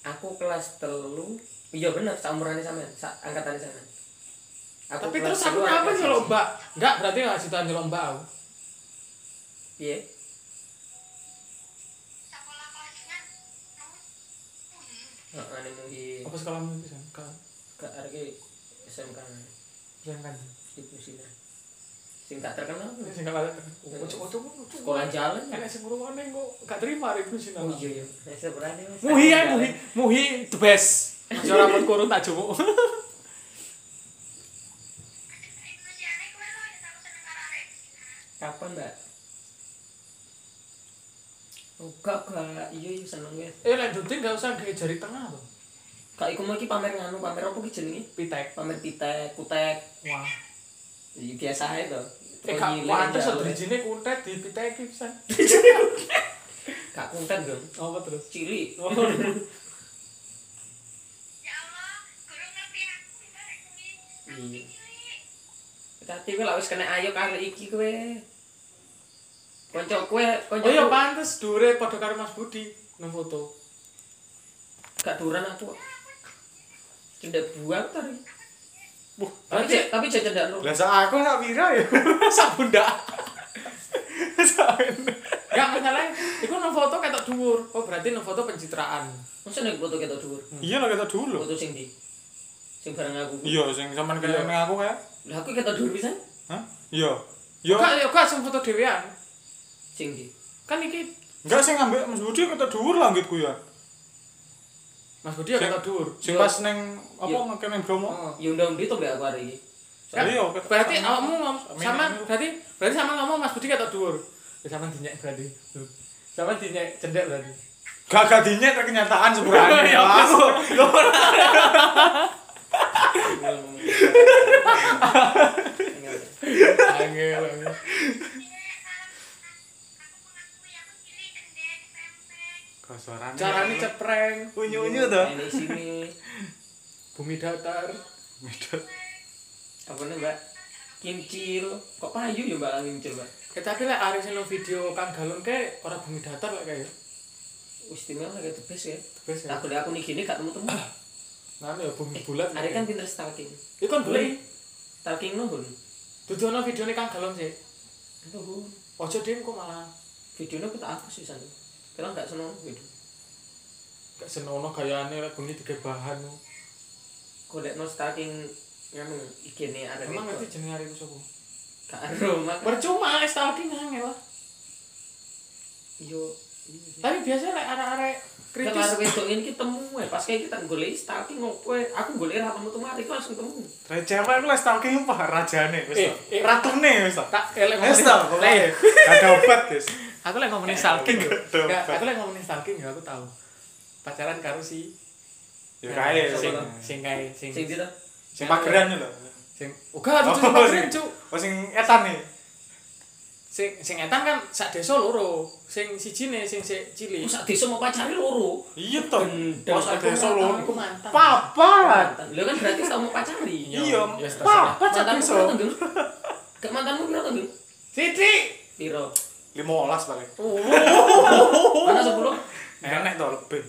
aku kelas telu iya bener seumurannya sama sa angkatannya sama
Tapi terus aku
kenapa
ngapain nyelok Mbak? Enggak, berarti enggak jutaan nyelok Mbak aku.
iya Heeh, nih mungkin
Apa sekolahmu bisa? Enggak.
ke arek SMK
Bisa kan.
ibu sini sing tak terkenal apa?
Sing kalah. Ucuk-ucuk.
sekolah jalan
Enak sing ngrungokne kok enggak terima review sinau.
oh iya iya Nek seberani, Mas.
Muhi
Sekolah
ya, muhi,
jalan.
muhi the best. Aja rapot kurun tak jumuk.
kapan mbak Oh, gak, gak, iya, iya, seneng ya.
Eh, lek duting enggak usah gawe jari tengah loh.
Kak, iku mau iki pamer nganu, pamer apa ki jenenge?
Pitek.
Pamer pitek, kutek,
Wah.
Iya, biasa aja tuh.
Eh, gak pantes sedrijine kuntet di piteki pisan.
Kak kuntet dong.
Apa terus?
Cili.
Oh,
Iya. Tapi gue lawis kena ayo kali iki gue. Konco gue, konco
Oh iya pantes dure padha karo Mas Budi nang foto.
Gak duran aku. Cendek buang tadi.
Wah,
Tapi
berarti
cek- tapi cek cendek lu.
Lah sak aku sak pira ya?
sak bunda. Enggak masalah, iku nang foto ketok dhuwur. Oh berarti nang foto pencitraan.
Masa nih foto kita dhuwur.
Iya lah kata dulu.
Foto sing di sing bareng aku.
Iya, sing sampean
Iya.
kayak nang aku kayak.
Lah aku kita dhuwur pisan.
Hah? Iya. Iya.
Enggak, ya gak sing foto dhewean.
Sing di.
Kan iki
Enggak sing ngambek Mas Budi kata dhuwur langgitku ya.
Mas Budi ya
Sing-
ketok dhuwur.
Sing
Iya.
pas neng apa
Iya.
ngeke neng Bromo.
Heeh.
Ya undang di tuh aku hari ini.
Kan,
Iya, ketok
berarti
sama.
awakmu ngom-
Sama
sama
ini.
berarti berarti sama ngomong Mas Budi ketok dhuwur. Ya sama dinyek berarti. Duh. Sama dinyek cendek berarti.
Gak gadinya terkenyataan sebenarnya.
Ya,
angel angel.
Kasaran.
Carane cepreng,
unyu-unyu tuh.
Ini sini.
bumi datar.
Apa nih mbak? Kincil. Kok payu ya mbak kincil mbak?
Ya tapi lek arek sing nang video Kang Galon kayak ora bumi datar lek kayak.
Istimewa kayak the best ya.
Wis ya.
Aku lihat aku nih gini gak temu temu.
Nah, ya bumi bulat.
Ada kan pinter stalking.
Iku kan boleh.
Stalking lu bun.
Dudono videone Kang Galon sih.
Lu
Ojo dhewe kok malah
videonya aku tak hapus sih sana. Kalau nggak seneng gitu. video.
gak senono gayane lek bengi tiga bahan.
Kau lihat no stalking yang IG nih ada.
Emang ngerti jenenge arek iku sapa?
Kak Aroma.
Percuma stalking angel.
Yo. iya.
Tapi biasanya lek arek-arek
Kritis.
kritis
Kalau wedok ini kita temu ya. Pas kayak kita golek stalking ngopo ya. Aku golek ra temu temu hari aku langsung temu.
Rai cewek aku les talking apa rajane wis.
Eh, eh.
Ratune wis. ta.
tak eh, elek
Wis ta, kok. Gak ada obat wis.
Aku lek ngomongin stalking. yo.
Betul.
Nggak, aku lek ngomongin stalking ya aku tahu. Pacaran karo si
Ya kae
sing
sing
sing kae sing
Sing gitu.
sing mageran lho.
sing Uga
Oh,
tuh cuma
sing-
cuk.
Oh sing etan nih.
Sing sing etan kan sak desa loro. Sing sijine sing sik cilik.
Masa desa mau pacari loro.
Iya toh.
Gendeng.
Masa desa lho.
Aku mantap.
Papa.
Lo kan berarti sama mau pacari.
Iya.
Ya, wis, terserah.
Papa cak
Mantanmu
iso.
berapa dulu? Ke mantanmu berapa dulu?
Siti.
Piro.
15 paling.
Mana sepuluh?
Enek toh lebih.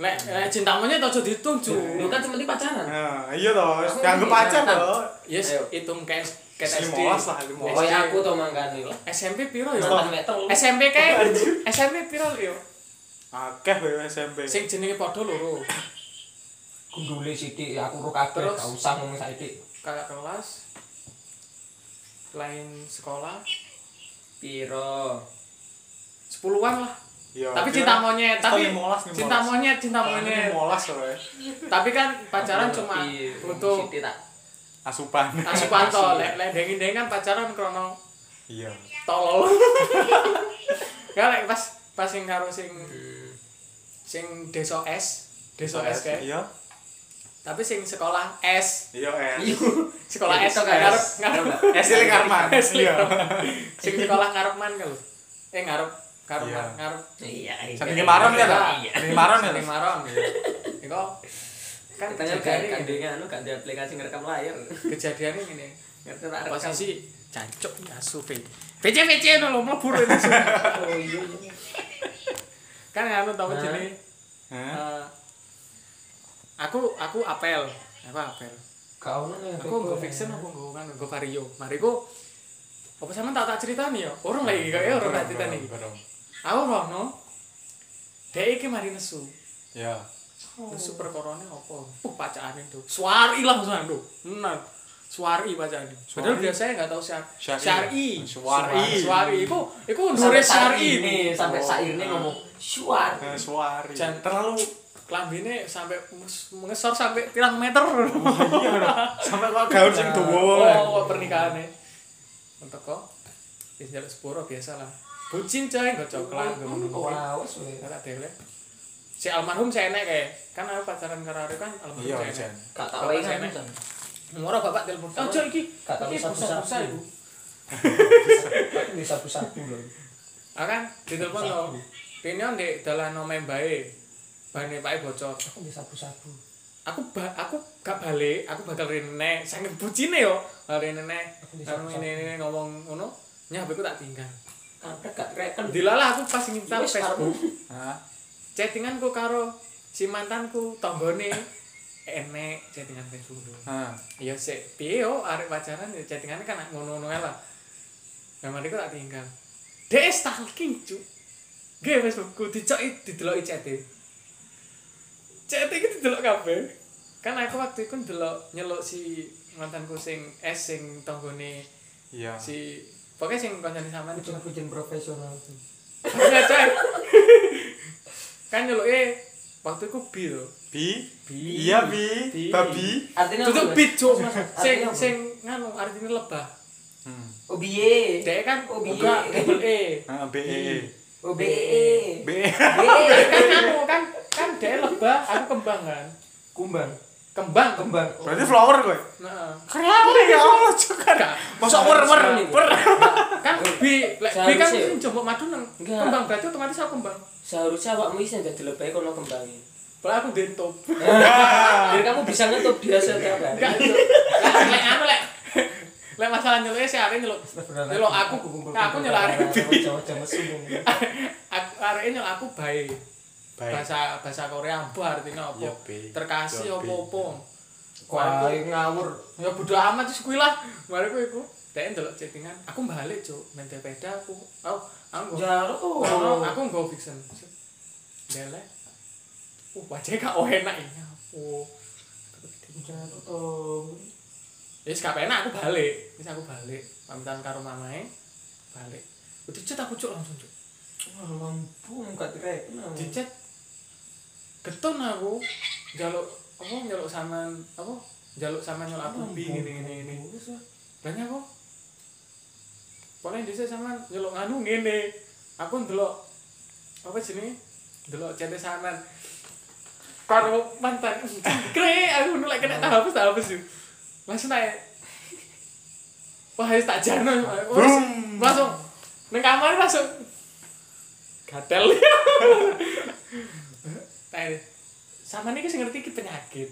Lek lek cintamunya tuh aja dihitung cuk.
Lo kan cuma pacaran.
Nah, iya toh.
Aku ini
Dianggep pacar
mantan.
toh.
Yes,
Ayo.
hitung kayak kayak SD.
15 lah, 15.
Pokoknya Oh, iya, aku tau mangkane lah.
SMP piro ya?
Mantan metel.
SMP kae. SMP piro ya?
Akeh wae SMP.
Sing jenenge padha loro.
Gundule sithik aku ro kabeh
Terus?
gak usah ngomong saiki.
Kakak kelas lain sekolah
Piro?
sepuluhan lah
Iya.
tapi
kira-
cinta monyet
Wis toh
tapi
15, 15.
cinta monyet cinta
Tangannya
monyet
15 toh. wae.
tapi kan pacaran cuma
Iya,
untuk
sithik tak.
Asupan.
asupan to lek lek dengin kan pacaran krono
Iya.
tolol gak lek pas pas sing karo sing sing desa S Desa S kae.
Oh, Iya.
Tapi sing sekolah S,
Iya, eh.
sekolah
Ya,
S
gitu, guys.
ngarep ngarep
S Lek Arman.
S
Iya.
Sing sekolah ngarep man kalau. Eh ngarep ngarep
Iya.
man ngarep.
Iya. iya.
Saking maron ya, Kak?
Iya.
Saking maron ya.
Ning Maron. Iku kan
Katanya gak
kejadian
gak
ini,
ada anu gak ada aplikasi ngerekam layar.
kejadian ini nih.
Ngerti tak rekam.
Posisi jancuk ya supe. PC PC lho mlebu rene.
Oh iya. iya.
Kan anu tau
Hah?
jenenge
Hah?
eh, aku aku apel. Aku apel.
Kau ngono ya.
aku nggak fiction aku nggak kan nggak vario mari ku apa sama tak tak cerita nih ya orang lagi kayak orang tak cerita nih
Barang.
aku roh no dia iki mari nesu
Ya.
nesu perkorone apa uh pacaan itu suar ilang suan tuh benar suari bacaan padahal
Suari?
biasanya nggak tahu syar
Syari.
syari
Suari.
suari itu itu
Sampai
nure
saat
syari
ini, Oh. Nah,
ini
sampai saat ini ngomong suar.
Eh, Suari.
Jan-
Terlalu
kelambine sampai mus- mengesor sampai pirang meter
iya lho. Sampai kok gaun sing
Oh,
dawa.
oh, pernikahannya. Untuk kok di jalur sepuro biasa lah. Bucin coy, gak coklat, gak
Oh,
ngono
wow, suwe.
Gak dele. Si almarhum saya enek kayak, kan aku pacaran karo Arif kan
Iya,
almarhum saya
Jan.
enek.
Gak tak
Bapak
wae
saya
kan.
enek. Moro bapak telepon. Oh, coy iki.
Gak tau
Iki
usah-usah.
busa-busa iku.
Ini sabu-sabu lho.
Ah kan ditelepon lo. Dene ndek dalano membae. Bane pake bocor.
Aku bisa sabu-sabu.
Aku ba aku gak balik, aku bakal rene. Sangat bucine yo. Rene ne. Karo ini ngomong ngono, nyah aku tak tinggal.
Kampret gak reken.
Dilalah aku pas ngintal
Wis, karo.
Facebook.
Hah?
chattinganku karo si mantanku tanggane enek chattingan Facebook dulu
Hah.
iya sik piye yo arek pacaran ya chattingane kan ngono-ngono ae lah nah mari tak tinggal dhek stalking cuk ge Facebookku dicoki dideloki chatte chatte iki didelok kabeh kan aku waktu itu ndelok nyeluk si mantanku sing S sing tanggane
Iya.
si pokoknya sing kancane sampean itu
Pujen profesional.
Iya, coy. kan nyeluk eh waktu itu bi loh
Bi.
Bi.
Iya, Bi.
Bi.
Babi.
Artinya
itu
apa?
bi cuk sing
Artinya apa? Oh,
sing nganu artinya lebah
Hmm.
OBE.
dia kan
Oh, bi.
buka double e
Ah, B E E.
OBE.
B. E
BE.
kan aku kan kan dia lebah aku kembang kan
Kumbang.
kembang
Kembang.
Berarti flower gue.
nah
Keren ya Allah juga.
Gak.
Masuk wer wer wer.
kan bi lek bi kan
Oh, Seharusnya.
jombok madu nang
Enggak.
kembang berarti otomatis aku kembang
Seharusnya awakmu isi gak dilebai kono kembangi.
Padahal aku dentop
Biar kamu bisa ngetup dia setiap hari.
enggak cuk lek lek anu lek lek masalah nyeluknya si Ari nyeluk nyeluk aku nah, aku nyeluk Ari
Cowok-cowok mesum.
aku arek nyeluk aku baik
Eh.
bahasa bahasa Korea apa artinya apa
Ya, baik. Ya,
terkasih apa apa
Wah, ngawur.
ya bodo amat terus kuwi lah mari kuwi iku dhek ndelok chattingan aku balik cuk main sepeda aku oh aku nggo-
Jaruk. oh.
Ono, aku nggo fiction dele uh wajah gak oh enak ini aku
Jaruk. oh.
ya gak enak aku balik wis aku balik pamitan karo mamae balik udah chat aku cuk langsung cuk
Wah, mampu gak direkno.
di chat keton aku jaluk apa jaluk saman apa jaluk sama nyolok aku bi ngene ngene ngene Banyak kok. Pokoknya dhisik sampean nyeluk nganu ngene. Aku ndelok apa jenenge? Ndelok cete sampean. Karo mantan. Kre aku nolak kena tak hapus tak hapus yuk. Langsung naik. Wah, wis tak jano. Wah,
Boom.
Langsung nang kamar langsung gatel. Tahu. Sama nih sing ngerti iki penyakit.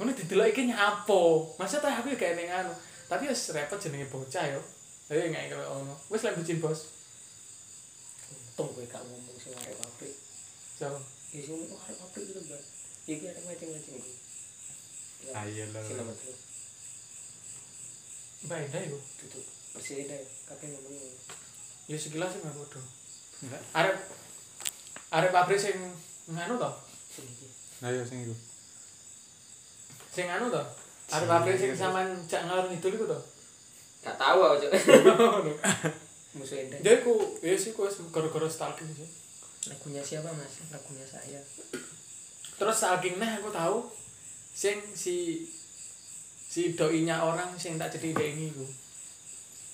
Ngono didelok iki nyapo. Masa tak aku ya gak enek anu. Tapi wis repot jenenge bocah yo. Eh nggak kira ono. Wis lek bucin bos.
Untung gue gak ngomong sama arek pabrik.
Jauh.
Ya sih, ngomong arek pabrik itu, Mbak. Ya, Iki ada macam-macam gue. Ya,
Ayo Ah, iya, lah.
sing nomor telu.
Mbak Indah iku.
Tutup. Bersih deh, kabeh ngomong.
Ya sekilas sing aku do. Arep arep pabrik sing nganu to?
Sing iki.
Ayo iya, sing iku.
Sing nganu to? Arep pabrik sing
Iya.
sampean cak ngalor ngidul iku to?
Gak tahu aku, Cuk. Musuh Endang.
Dia ku, ya sih ku wis gara-gara stalking sih.
Lagunya siapa, Mas? Lagunya saya.
Terus stalking nah aku tahu sing si si doinya orang sing tak jadi dengi iku.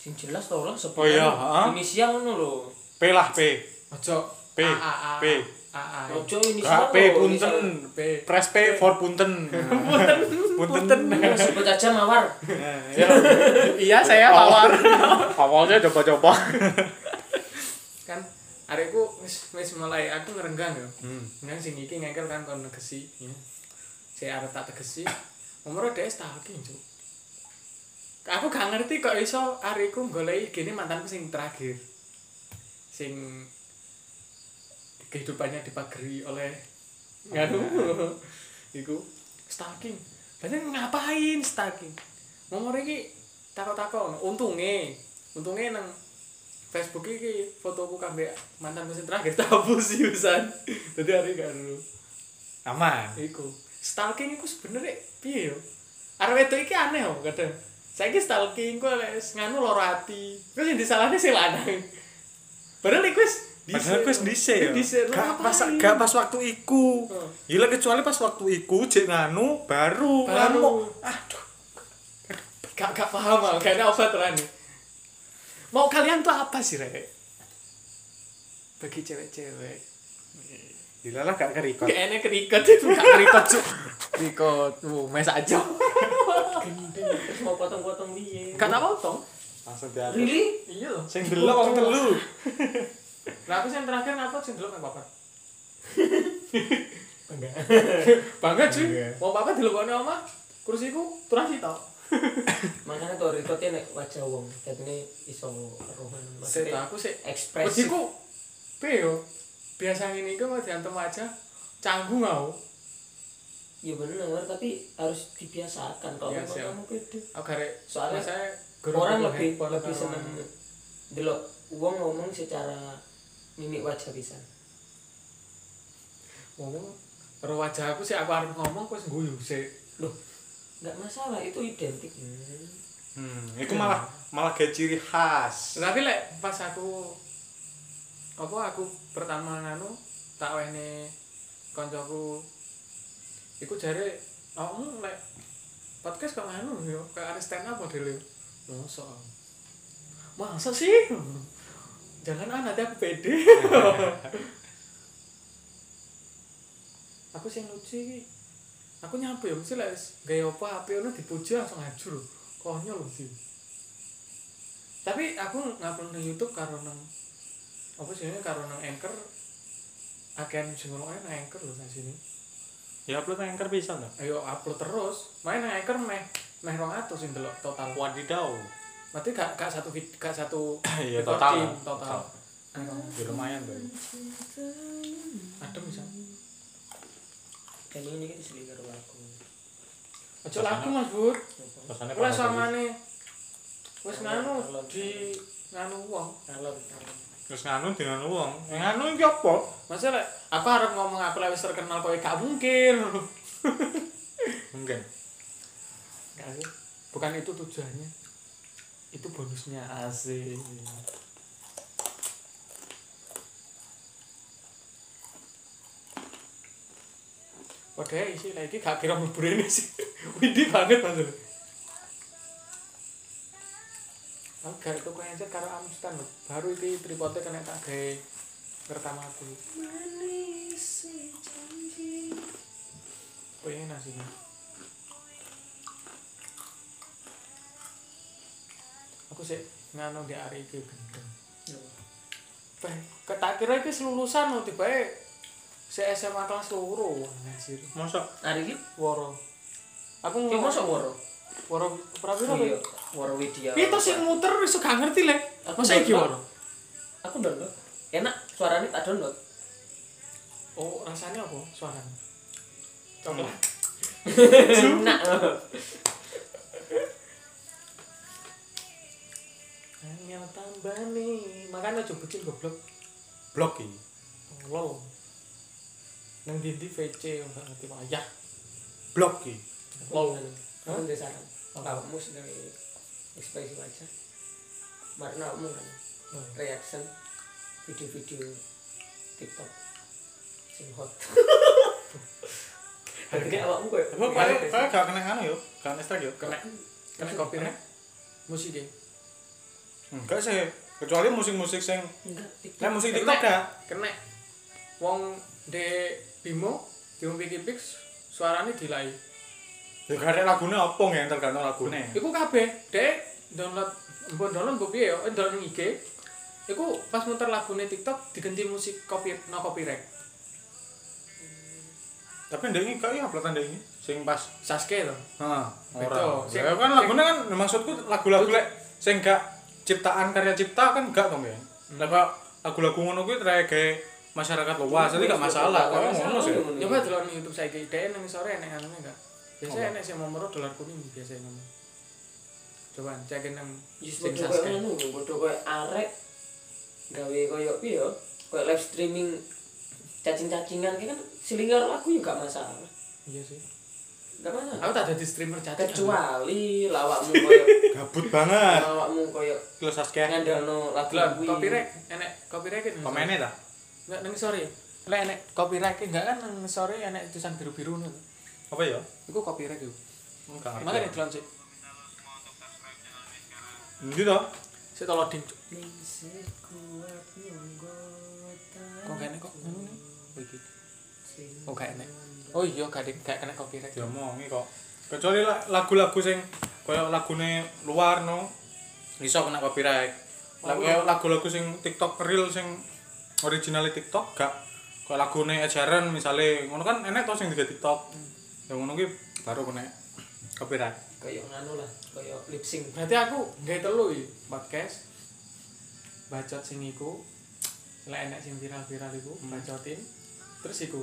Sing jelas tolong sebut.
Oh iya,
anu,
ha?
Inisial ngono lho.
P lah P.
Ojo
P.
A, A, A.
P.
AA.
Ojo ini
Ah,
semua
P
loh, ini
punten.
semua.
P.
Press P for punten. punten. Punten.
Sebut aja mawar.
iya saya
Oh.
mawar
Awalnya Ya, coba-coba.
kan arekku wis wis mulai aku ngerenggang yo
Hmm.
nang sing iki ngekel kan kon negesi ya saya arep tak tegesi umur dhek setahun ki cuk aku gak ngerti kok iso arekku golek gini mantanku sing terakhir sing kehidupannya dipagari oleh nganu iku stalking banyak ngapain stalking umur iki takok-takok untunge untunge nang Facebook iki fotoku kambe mantan mesin terakhir dihapus usan. Dadi hari gak dulu.
Aman.
Iku. Stalking iku sebenarnya piye yo? Arep wedok iki aneh yo kadang. Saiki stalking ku wis nganu lara ati. Terus yang disalahne sing lanang. Padahal iku wis
Padahal wis dhisik ya.
Dhisik lu
Gak
ngapain?
pas gak pas waktu iku.
Oh.
Gila kecuali pas waktu iku jek nganu
Baru.
baru ngamuk. Ah, Aduh.
Gak gak paham aku, gak ada obat rani. Mau kalian tuh apa sih, Rek? Bagi cewek-cewek.
Gila lah gak kerikot.
Gak enak keriket itu gak keriket. Cuk.
Rikot, wuh, mes aja.
Terus mau potong-potong piye?
Gak tak potong.
Langsung diatur.
Really?
Iya loh.
Sing delok wong telu.
Lah aku sing terakhir apa sing delok nang papat? Bangga. Bangga cuy. Mau papat dilokone omah, kursiku turasi tok.
Makanya tuh rekodnya nek wajah wong. Jadinya iso rohan.
Sik
Maksudnya
aku sik.
ekspresif.
Kursiku piye yo? Biasa ngene iku mau diantem aja canggung aku.
Ya bener, tapi harus dibiasakan kalau
Iya,
memang
siap.
kamu beda.
Aku garek
Soalnya
saya
Orang lebih lebih seneng delok wong ngomong secara mimik wajah pisan.
ngomong ro wajah aku sih aku arep ngomong aku wis guyu sik.
Loh, nggak masalah itu identik.
Hmm, iku malah malah gak ciri khas.
tapi lek pas aku apa aku pertama nganu tak wehne koncoku iku jare awakmu lek podcast kok nganu yo kayak ada stand up modele masa masa sih jangan ah nanti aku pede aku sing lucu iki aku nyampe ya mesti lek wis gaya apa api ono dipuji langsung hancur konyol sih tapi aku ngupload nang YouTube karo nang apa sih ini, karo nang Anchor akan jenggoloknya nang Anchor loh nang sini
Ya upload nang anchor pisan to.
ayo upload terus main nang Anchor meh meh rong atus sing delok total
Wadidau.
berarti gak gak satu vid gak satu
Iya,
recording, total
total.
Meh rong atus.
Ya lumayan tuh.
adem bisa
Kan ini kan disini karo aku.
ojo laku mas bud
Pesannya
Kuwi
panas
samane wis nganu di nganu wong.
Kalon, kalon.
terus. Terus nganu dengan wong. Eh, Nganu iki apa?
Masa lek aku arep ngomong aku lek wis terkenal kowe gak mungkin.
Mungkin.
Gak sih. Bukan itu tujuannya. Itu bonusnya asik. Wadah isi lagi gak kira mlebu rene sih. Windy banget Mas. Aku gak itu kau encet karo Amstan lho. Baru iki tripodnya kena tak gawe rekam aku. Pengen nasi Aku sih nganu di hari iki gendeng. Beh, ketak kira iki selulusan lho tiba se SMA kelas loro Wah, anjir.
Masa
Hari ini
Woro. Aku
Ki
ngomong
mosok woro.
woro
Oh
pira-pira.
iya, woro Widya.
Pito sing muter iso gak ngerti le.
Aku
Masa iki
download.
woro?
Aku download. Enak suaranya tak download.
Oh, rasanya apa suaranya? Coklat.
Enak.
Angel tambah nih. Makanya aja bocil goblok.
blok iki?
Tolol. Nang dindi VC gak ngerti wayah.
Blok iki.
Lol.
Aku ndek saran. Kamu sendiri ekspresi wajah. Marna kamu kan
Oh.
reaction video-video TikTok sing hot. Harga awakmu koyo.
Kayak kayak gak kena anu yo, gak kena strike yo.
Kena kena kopi nih. Musik ya.
Enggak sih. Kecuali musik-musik sing
Enggak, TikTok.
Nah, musik TikTok gak?
Kena wong de Bimo Bimo Piki Pix suarane dilai
Ya gak ada lagune apa ya tergantung lagune.
iku kabeh de download mbok download mbok piye yo eh, download ning IG iku pas muter lagune TikTok digenti musik copy no copyright
Tapi ndek iki kaya uploadan ndek iki sing pas.
Sasuke to
Heeh.
Betul.
Ora.
Sing-
Ya kan lagune kan maksudku lagu-lagu lek sing gak ciptaan karya cipta kan gak to ya. Lah kok lagu-lagu ngono kuwi trek gawe masyarakat luas, jadi gak masalah. Kok ngono sih.
coba delok ning YouTube saiki de nang sore enek anune enggak biasa enek sing momoro dolar kuning biasa ngomong coba cekin nang
Justru
sing
kok koyo
Sasuke
ngono, padha koyo arek gawe koyo piye ya? Koyo live streaming cacing-cacingan ki kan selingar lagu ya gak masalah.
iya sih
Gak masalah.
aku tak jadi streamer cacat
Kecuali lawakmu koyo
Gabut banget.
lawakmu koyo
Kelas Saskia.
ngandalno lagu
Eh. Lah,
kuwi.
copyright enek copyright kan?
Komennya ta?
Enggak nang sore. Lah enek copyright enggak kan nang sore enek tulisan biru-biru ngono.
Apa ya?
Iku copyright iku.
Enggak
Makane
ngerti.
delon sik.
Ndi to?
Sik tolo ding. Cuk.
Sekuat anggota
Kok gak enek kok ngono nih? Oh, Iki. Oh gak enek. Oh iya gak di- gak kena copyright.
diomongi kok kecuali la- lagu-lagu sing kaya lagune luar no iso kena copyright Lah kaya lagu-lagu sing TikTok real sing original e TikTok gak kaya lagune Ed Sheeran misale ngono kan enek to sing digawe TikTok ya ngono ki baru kena copyright
koyo nganu lah, koyo lip sync.
Berarti aku gawe telu iki podcast. Bacot sing iku. Lah enek sing viral-viral iku bacotin. Terus iku.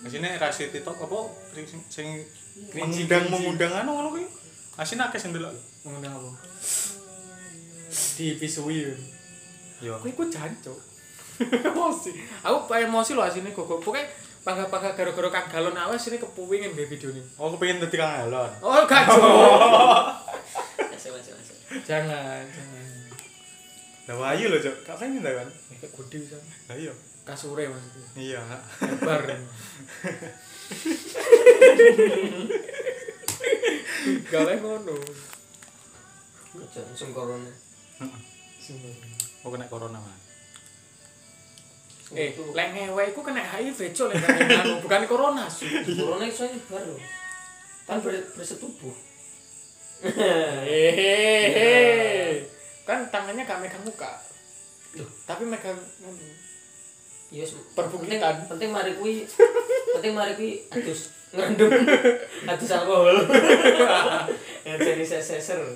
asine rasi TikTok apa sing sing
Cringy,
mengundang
cringy.
mengundang anu ngono kuwi asine akeh sing delok
Mengundang apa? Dipisui. yo.
yo
aku ikut jancok emosi aku pengen emosi loh sini gogo pokoknya bangga-bangga gara-gara kang galon awas sini kepuingin baby video ini
aku pengen Oh, dadi Kang Alon
oh gak Cuk.
Masuk masuk masuk.
jangan jangan
lah wayu lho Cok gak pengen ta kan
kayak gede bisa
lah iya
kasure maksudnya
iya
lebar gak boleh ngono
Jangan sungkorone.
Sumpah.
aku Oh, kena corona man
eh lek ngewe iku kena HIV cok lek kena nganu. bukan corona su
corona iso nyebar lho. Kan ber- bersetubuh.
hehehe kan tangannya gak megang muka
Loh.
tapi megang ngono.
Iya, sem-
Perbukitan.
Penting, penting mari kuwi penting mari kuwi adus ngerendam adus alkohol. Hand sanitizer.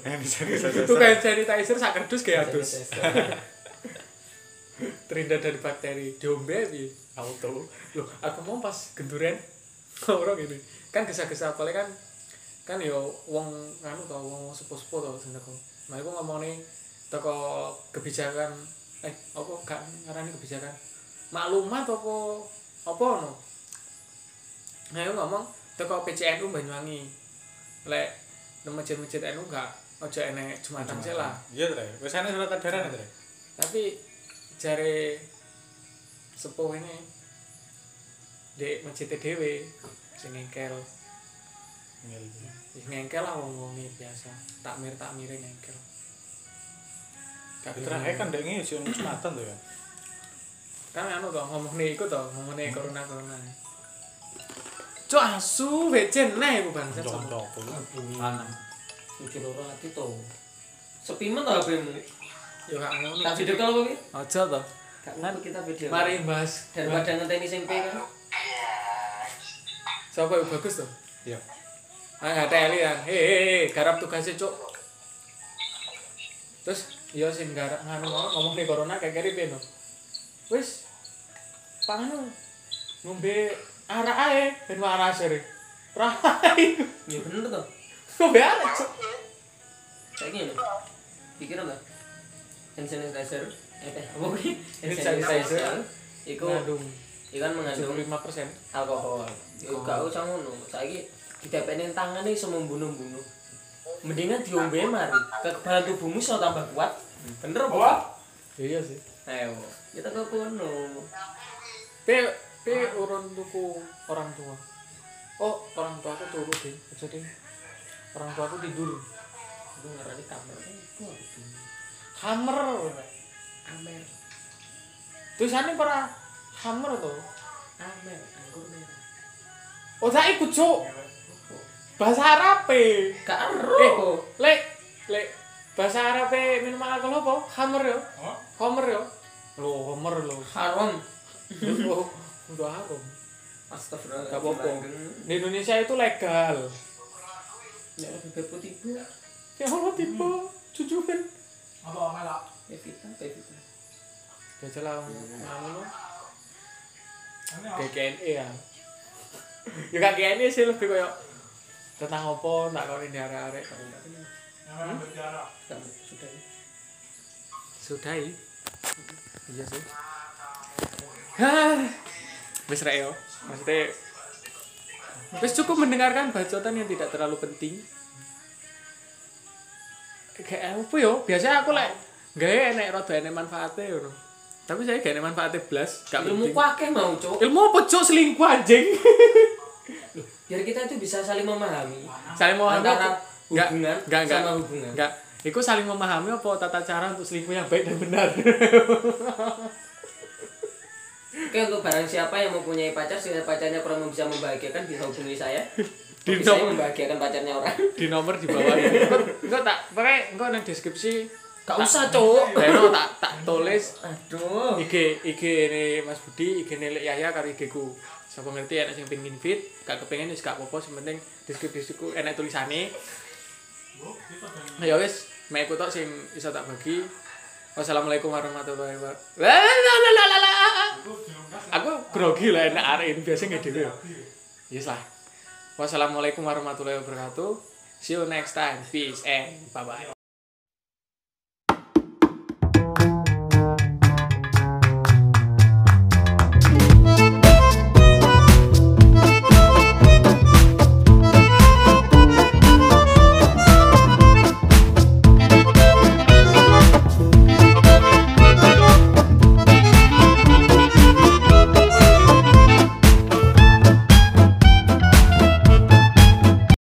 eh bisa bisa
itu kayak sanitizer sak kerdus kayak atus terhindar dari bakteri diombe bi auto loh aku mau pas genduren orang ini kan gesa-gesa apalagi kan kan yo wong nganu tau wong sepo-sepo tau sing teko nah iku ngomongnya teko kebijakan eh apa gak ngarani kebijakan maklumat apa apa no nah iku ngomong teko PCNU Banyuwangi lek nang masjid-masjid NU gak aja enek jumatan lah
Iya, Tre. Wis ana surat edaran, Tre.
tapi jare sepuh ini dek masjid dhewe sing ngengkel Wis ngengkel lah wong wong biasa takmir takmire ngengkel
Tapi terakhir eh, kan dek ini sih jumatan tuh ya.
kan anu to ngomongnya iku to ngomongnya
Hmm.
corona corona cok asu becen nih bu bangsat sama
Contoh
Mana? Jujur ora ati to. Sepi men to HP-mu.
yo gak ngono
Tak video call kuwi.
aja to
Gak ngerti kita video.
mari mas
daripada ngenteni sing P kan.
siapa yang bagus to
Iya.
ah nggak teli ya hehehe garap tugasnya cok terus iya sing garap nganu ngomong ngomong nih corona kayak kiri peno wis panganu ngombe arah ae ben arah sore rai
Ya bener to.
ngombe arah cok
Saiki lho. Pikiran ta. Hand sanitizer. Eh, eh, apa kuwi? Hand
Hand sanitizer.
sanitizer. Iku
ngandung
ikan mengandung
75 persen
alkohol yo gak usah ngono saiki ditepenin tangane iso membunuh-bunuh mendingan diombe mari kekebalan tubuhmu iso tambah kuat bener apa
iya sih
ayo Ya kita ke kono
pe pe urun tuku orang tua oh orang tua aku turu deh jadi orang tua aku tidur
aku ngerti kamar Eh,
hammer
kamar
tulisannya para hammer tuh
Amel, anggur merah.
Oh, saya ikut cuk. Bahasa Arab eh.
Gak ero.
Lek, lek bahasa Arab eh, minuman alkohol apa? Hammer yo. Homer yo. Lo homer lo.
Haram.
Lo, Untuk harum.
Astagfirullah.
Gak apa-apa. Di Indonesia itu legal.
Ya bibir putih bu.
Ya Allah tipe cucu kan.
apa melak
Evita, Evita.
Baca lah Ya nganu lo. GKNE ya. Ya gak GKNE sih lebih koyo tentang apa nak kau ini arek-arek.
Kamu sudah.
Sudah i. Iya sih. Hah. Wis rek yo. Maksudnya Wis cukup mendengarkan bacotan yang tidak terlalu penting. Kayak apa yo? Biasanya aku lek gawe enek rada enek manfaate ngono. Tapi saya gak enek manfaate blas, gak
Ilmu
penting.
kuake mau cok.
Ilmu apa cok selingkuh anjing?
Biar kita itu bisa saling memahami
Saling mau
antara
Nggak,
hubungan
nggak, nggak.
sama hubungan.
Enggak. Iku saling memahami apa tata cara untuk selingkuh yang baik dan benar.
Oke untuk barang siapa yang mempunyai pacar sehingga pacarnya kurang bisa membahagiakan bisa hubungi saya.
Di
Hobi saya membahagiakan pacarnya orang.
di nomor di bawah ini. Engko tak pakai engko nang deskripsi.
Gak usah cok.
Leno tak tak tulis
Aduh.
IG IG ini Mas Budi, IG ini Lek Yahya karo IG ku. Sapa ngerti enak sing pengin fit, gak kepengen wis gak apa-apa, sing penting deskripsiku enak tulisane. Nah, ya wis, mek aku tok sing iso tak bagi. Wassalamualaikum warahmatullahi wabarakatuh. La, la, la, la, la, la. Aku grogi lah enak arek ini biasa nggak dhewe. Yes lah. Wassalamualaikum warahmatullahi wabarakatuh. See you next time. Peace and bye bye.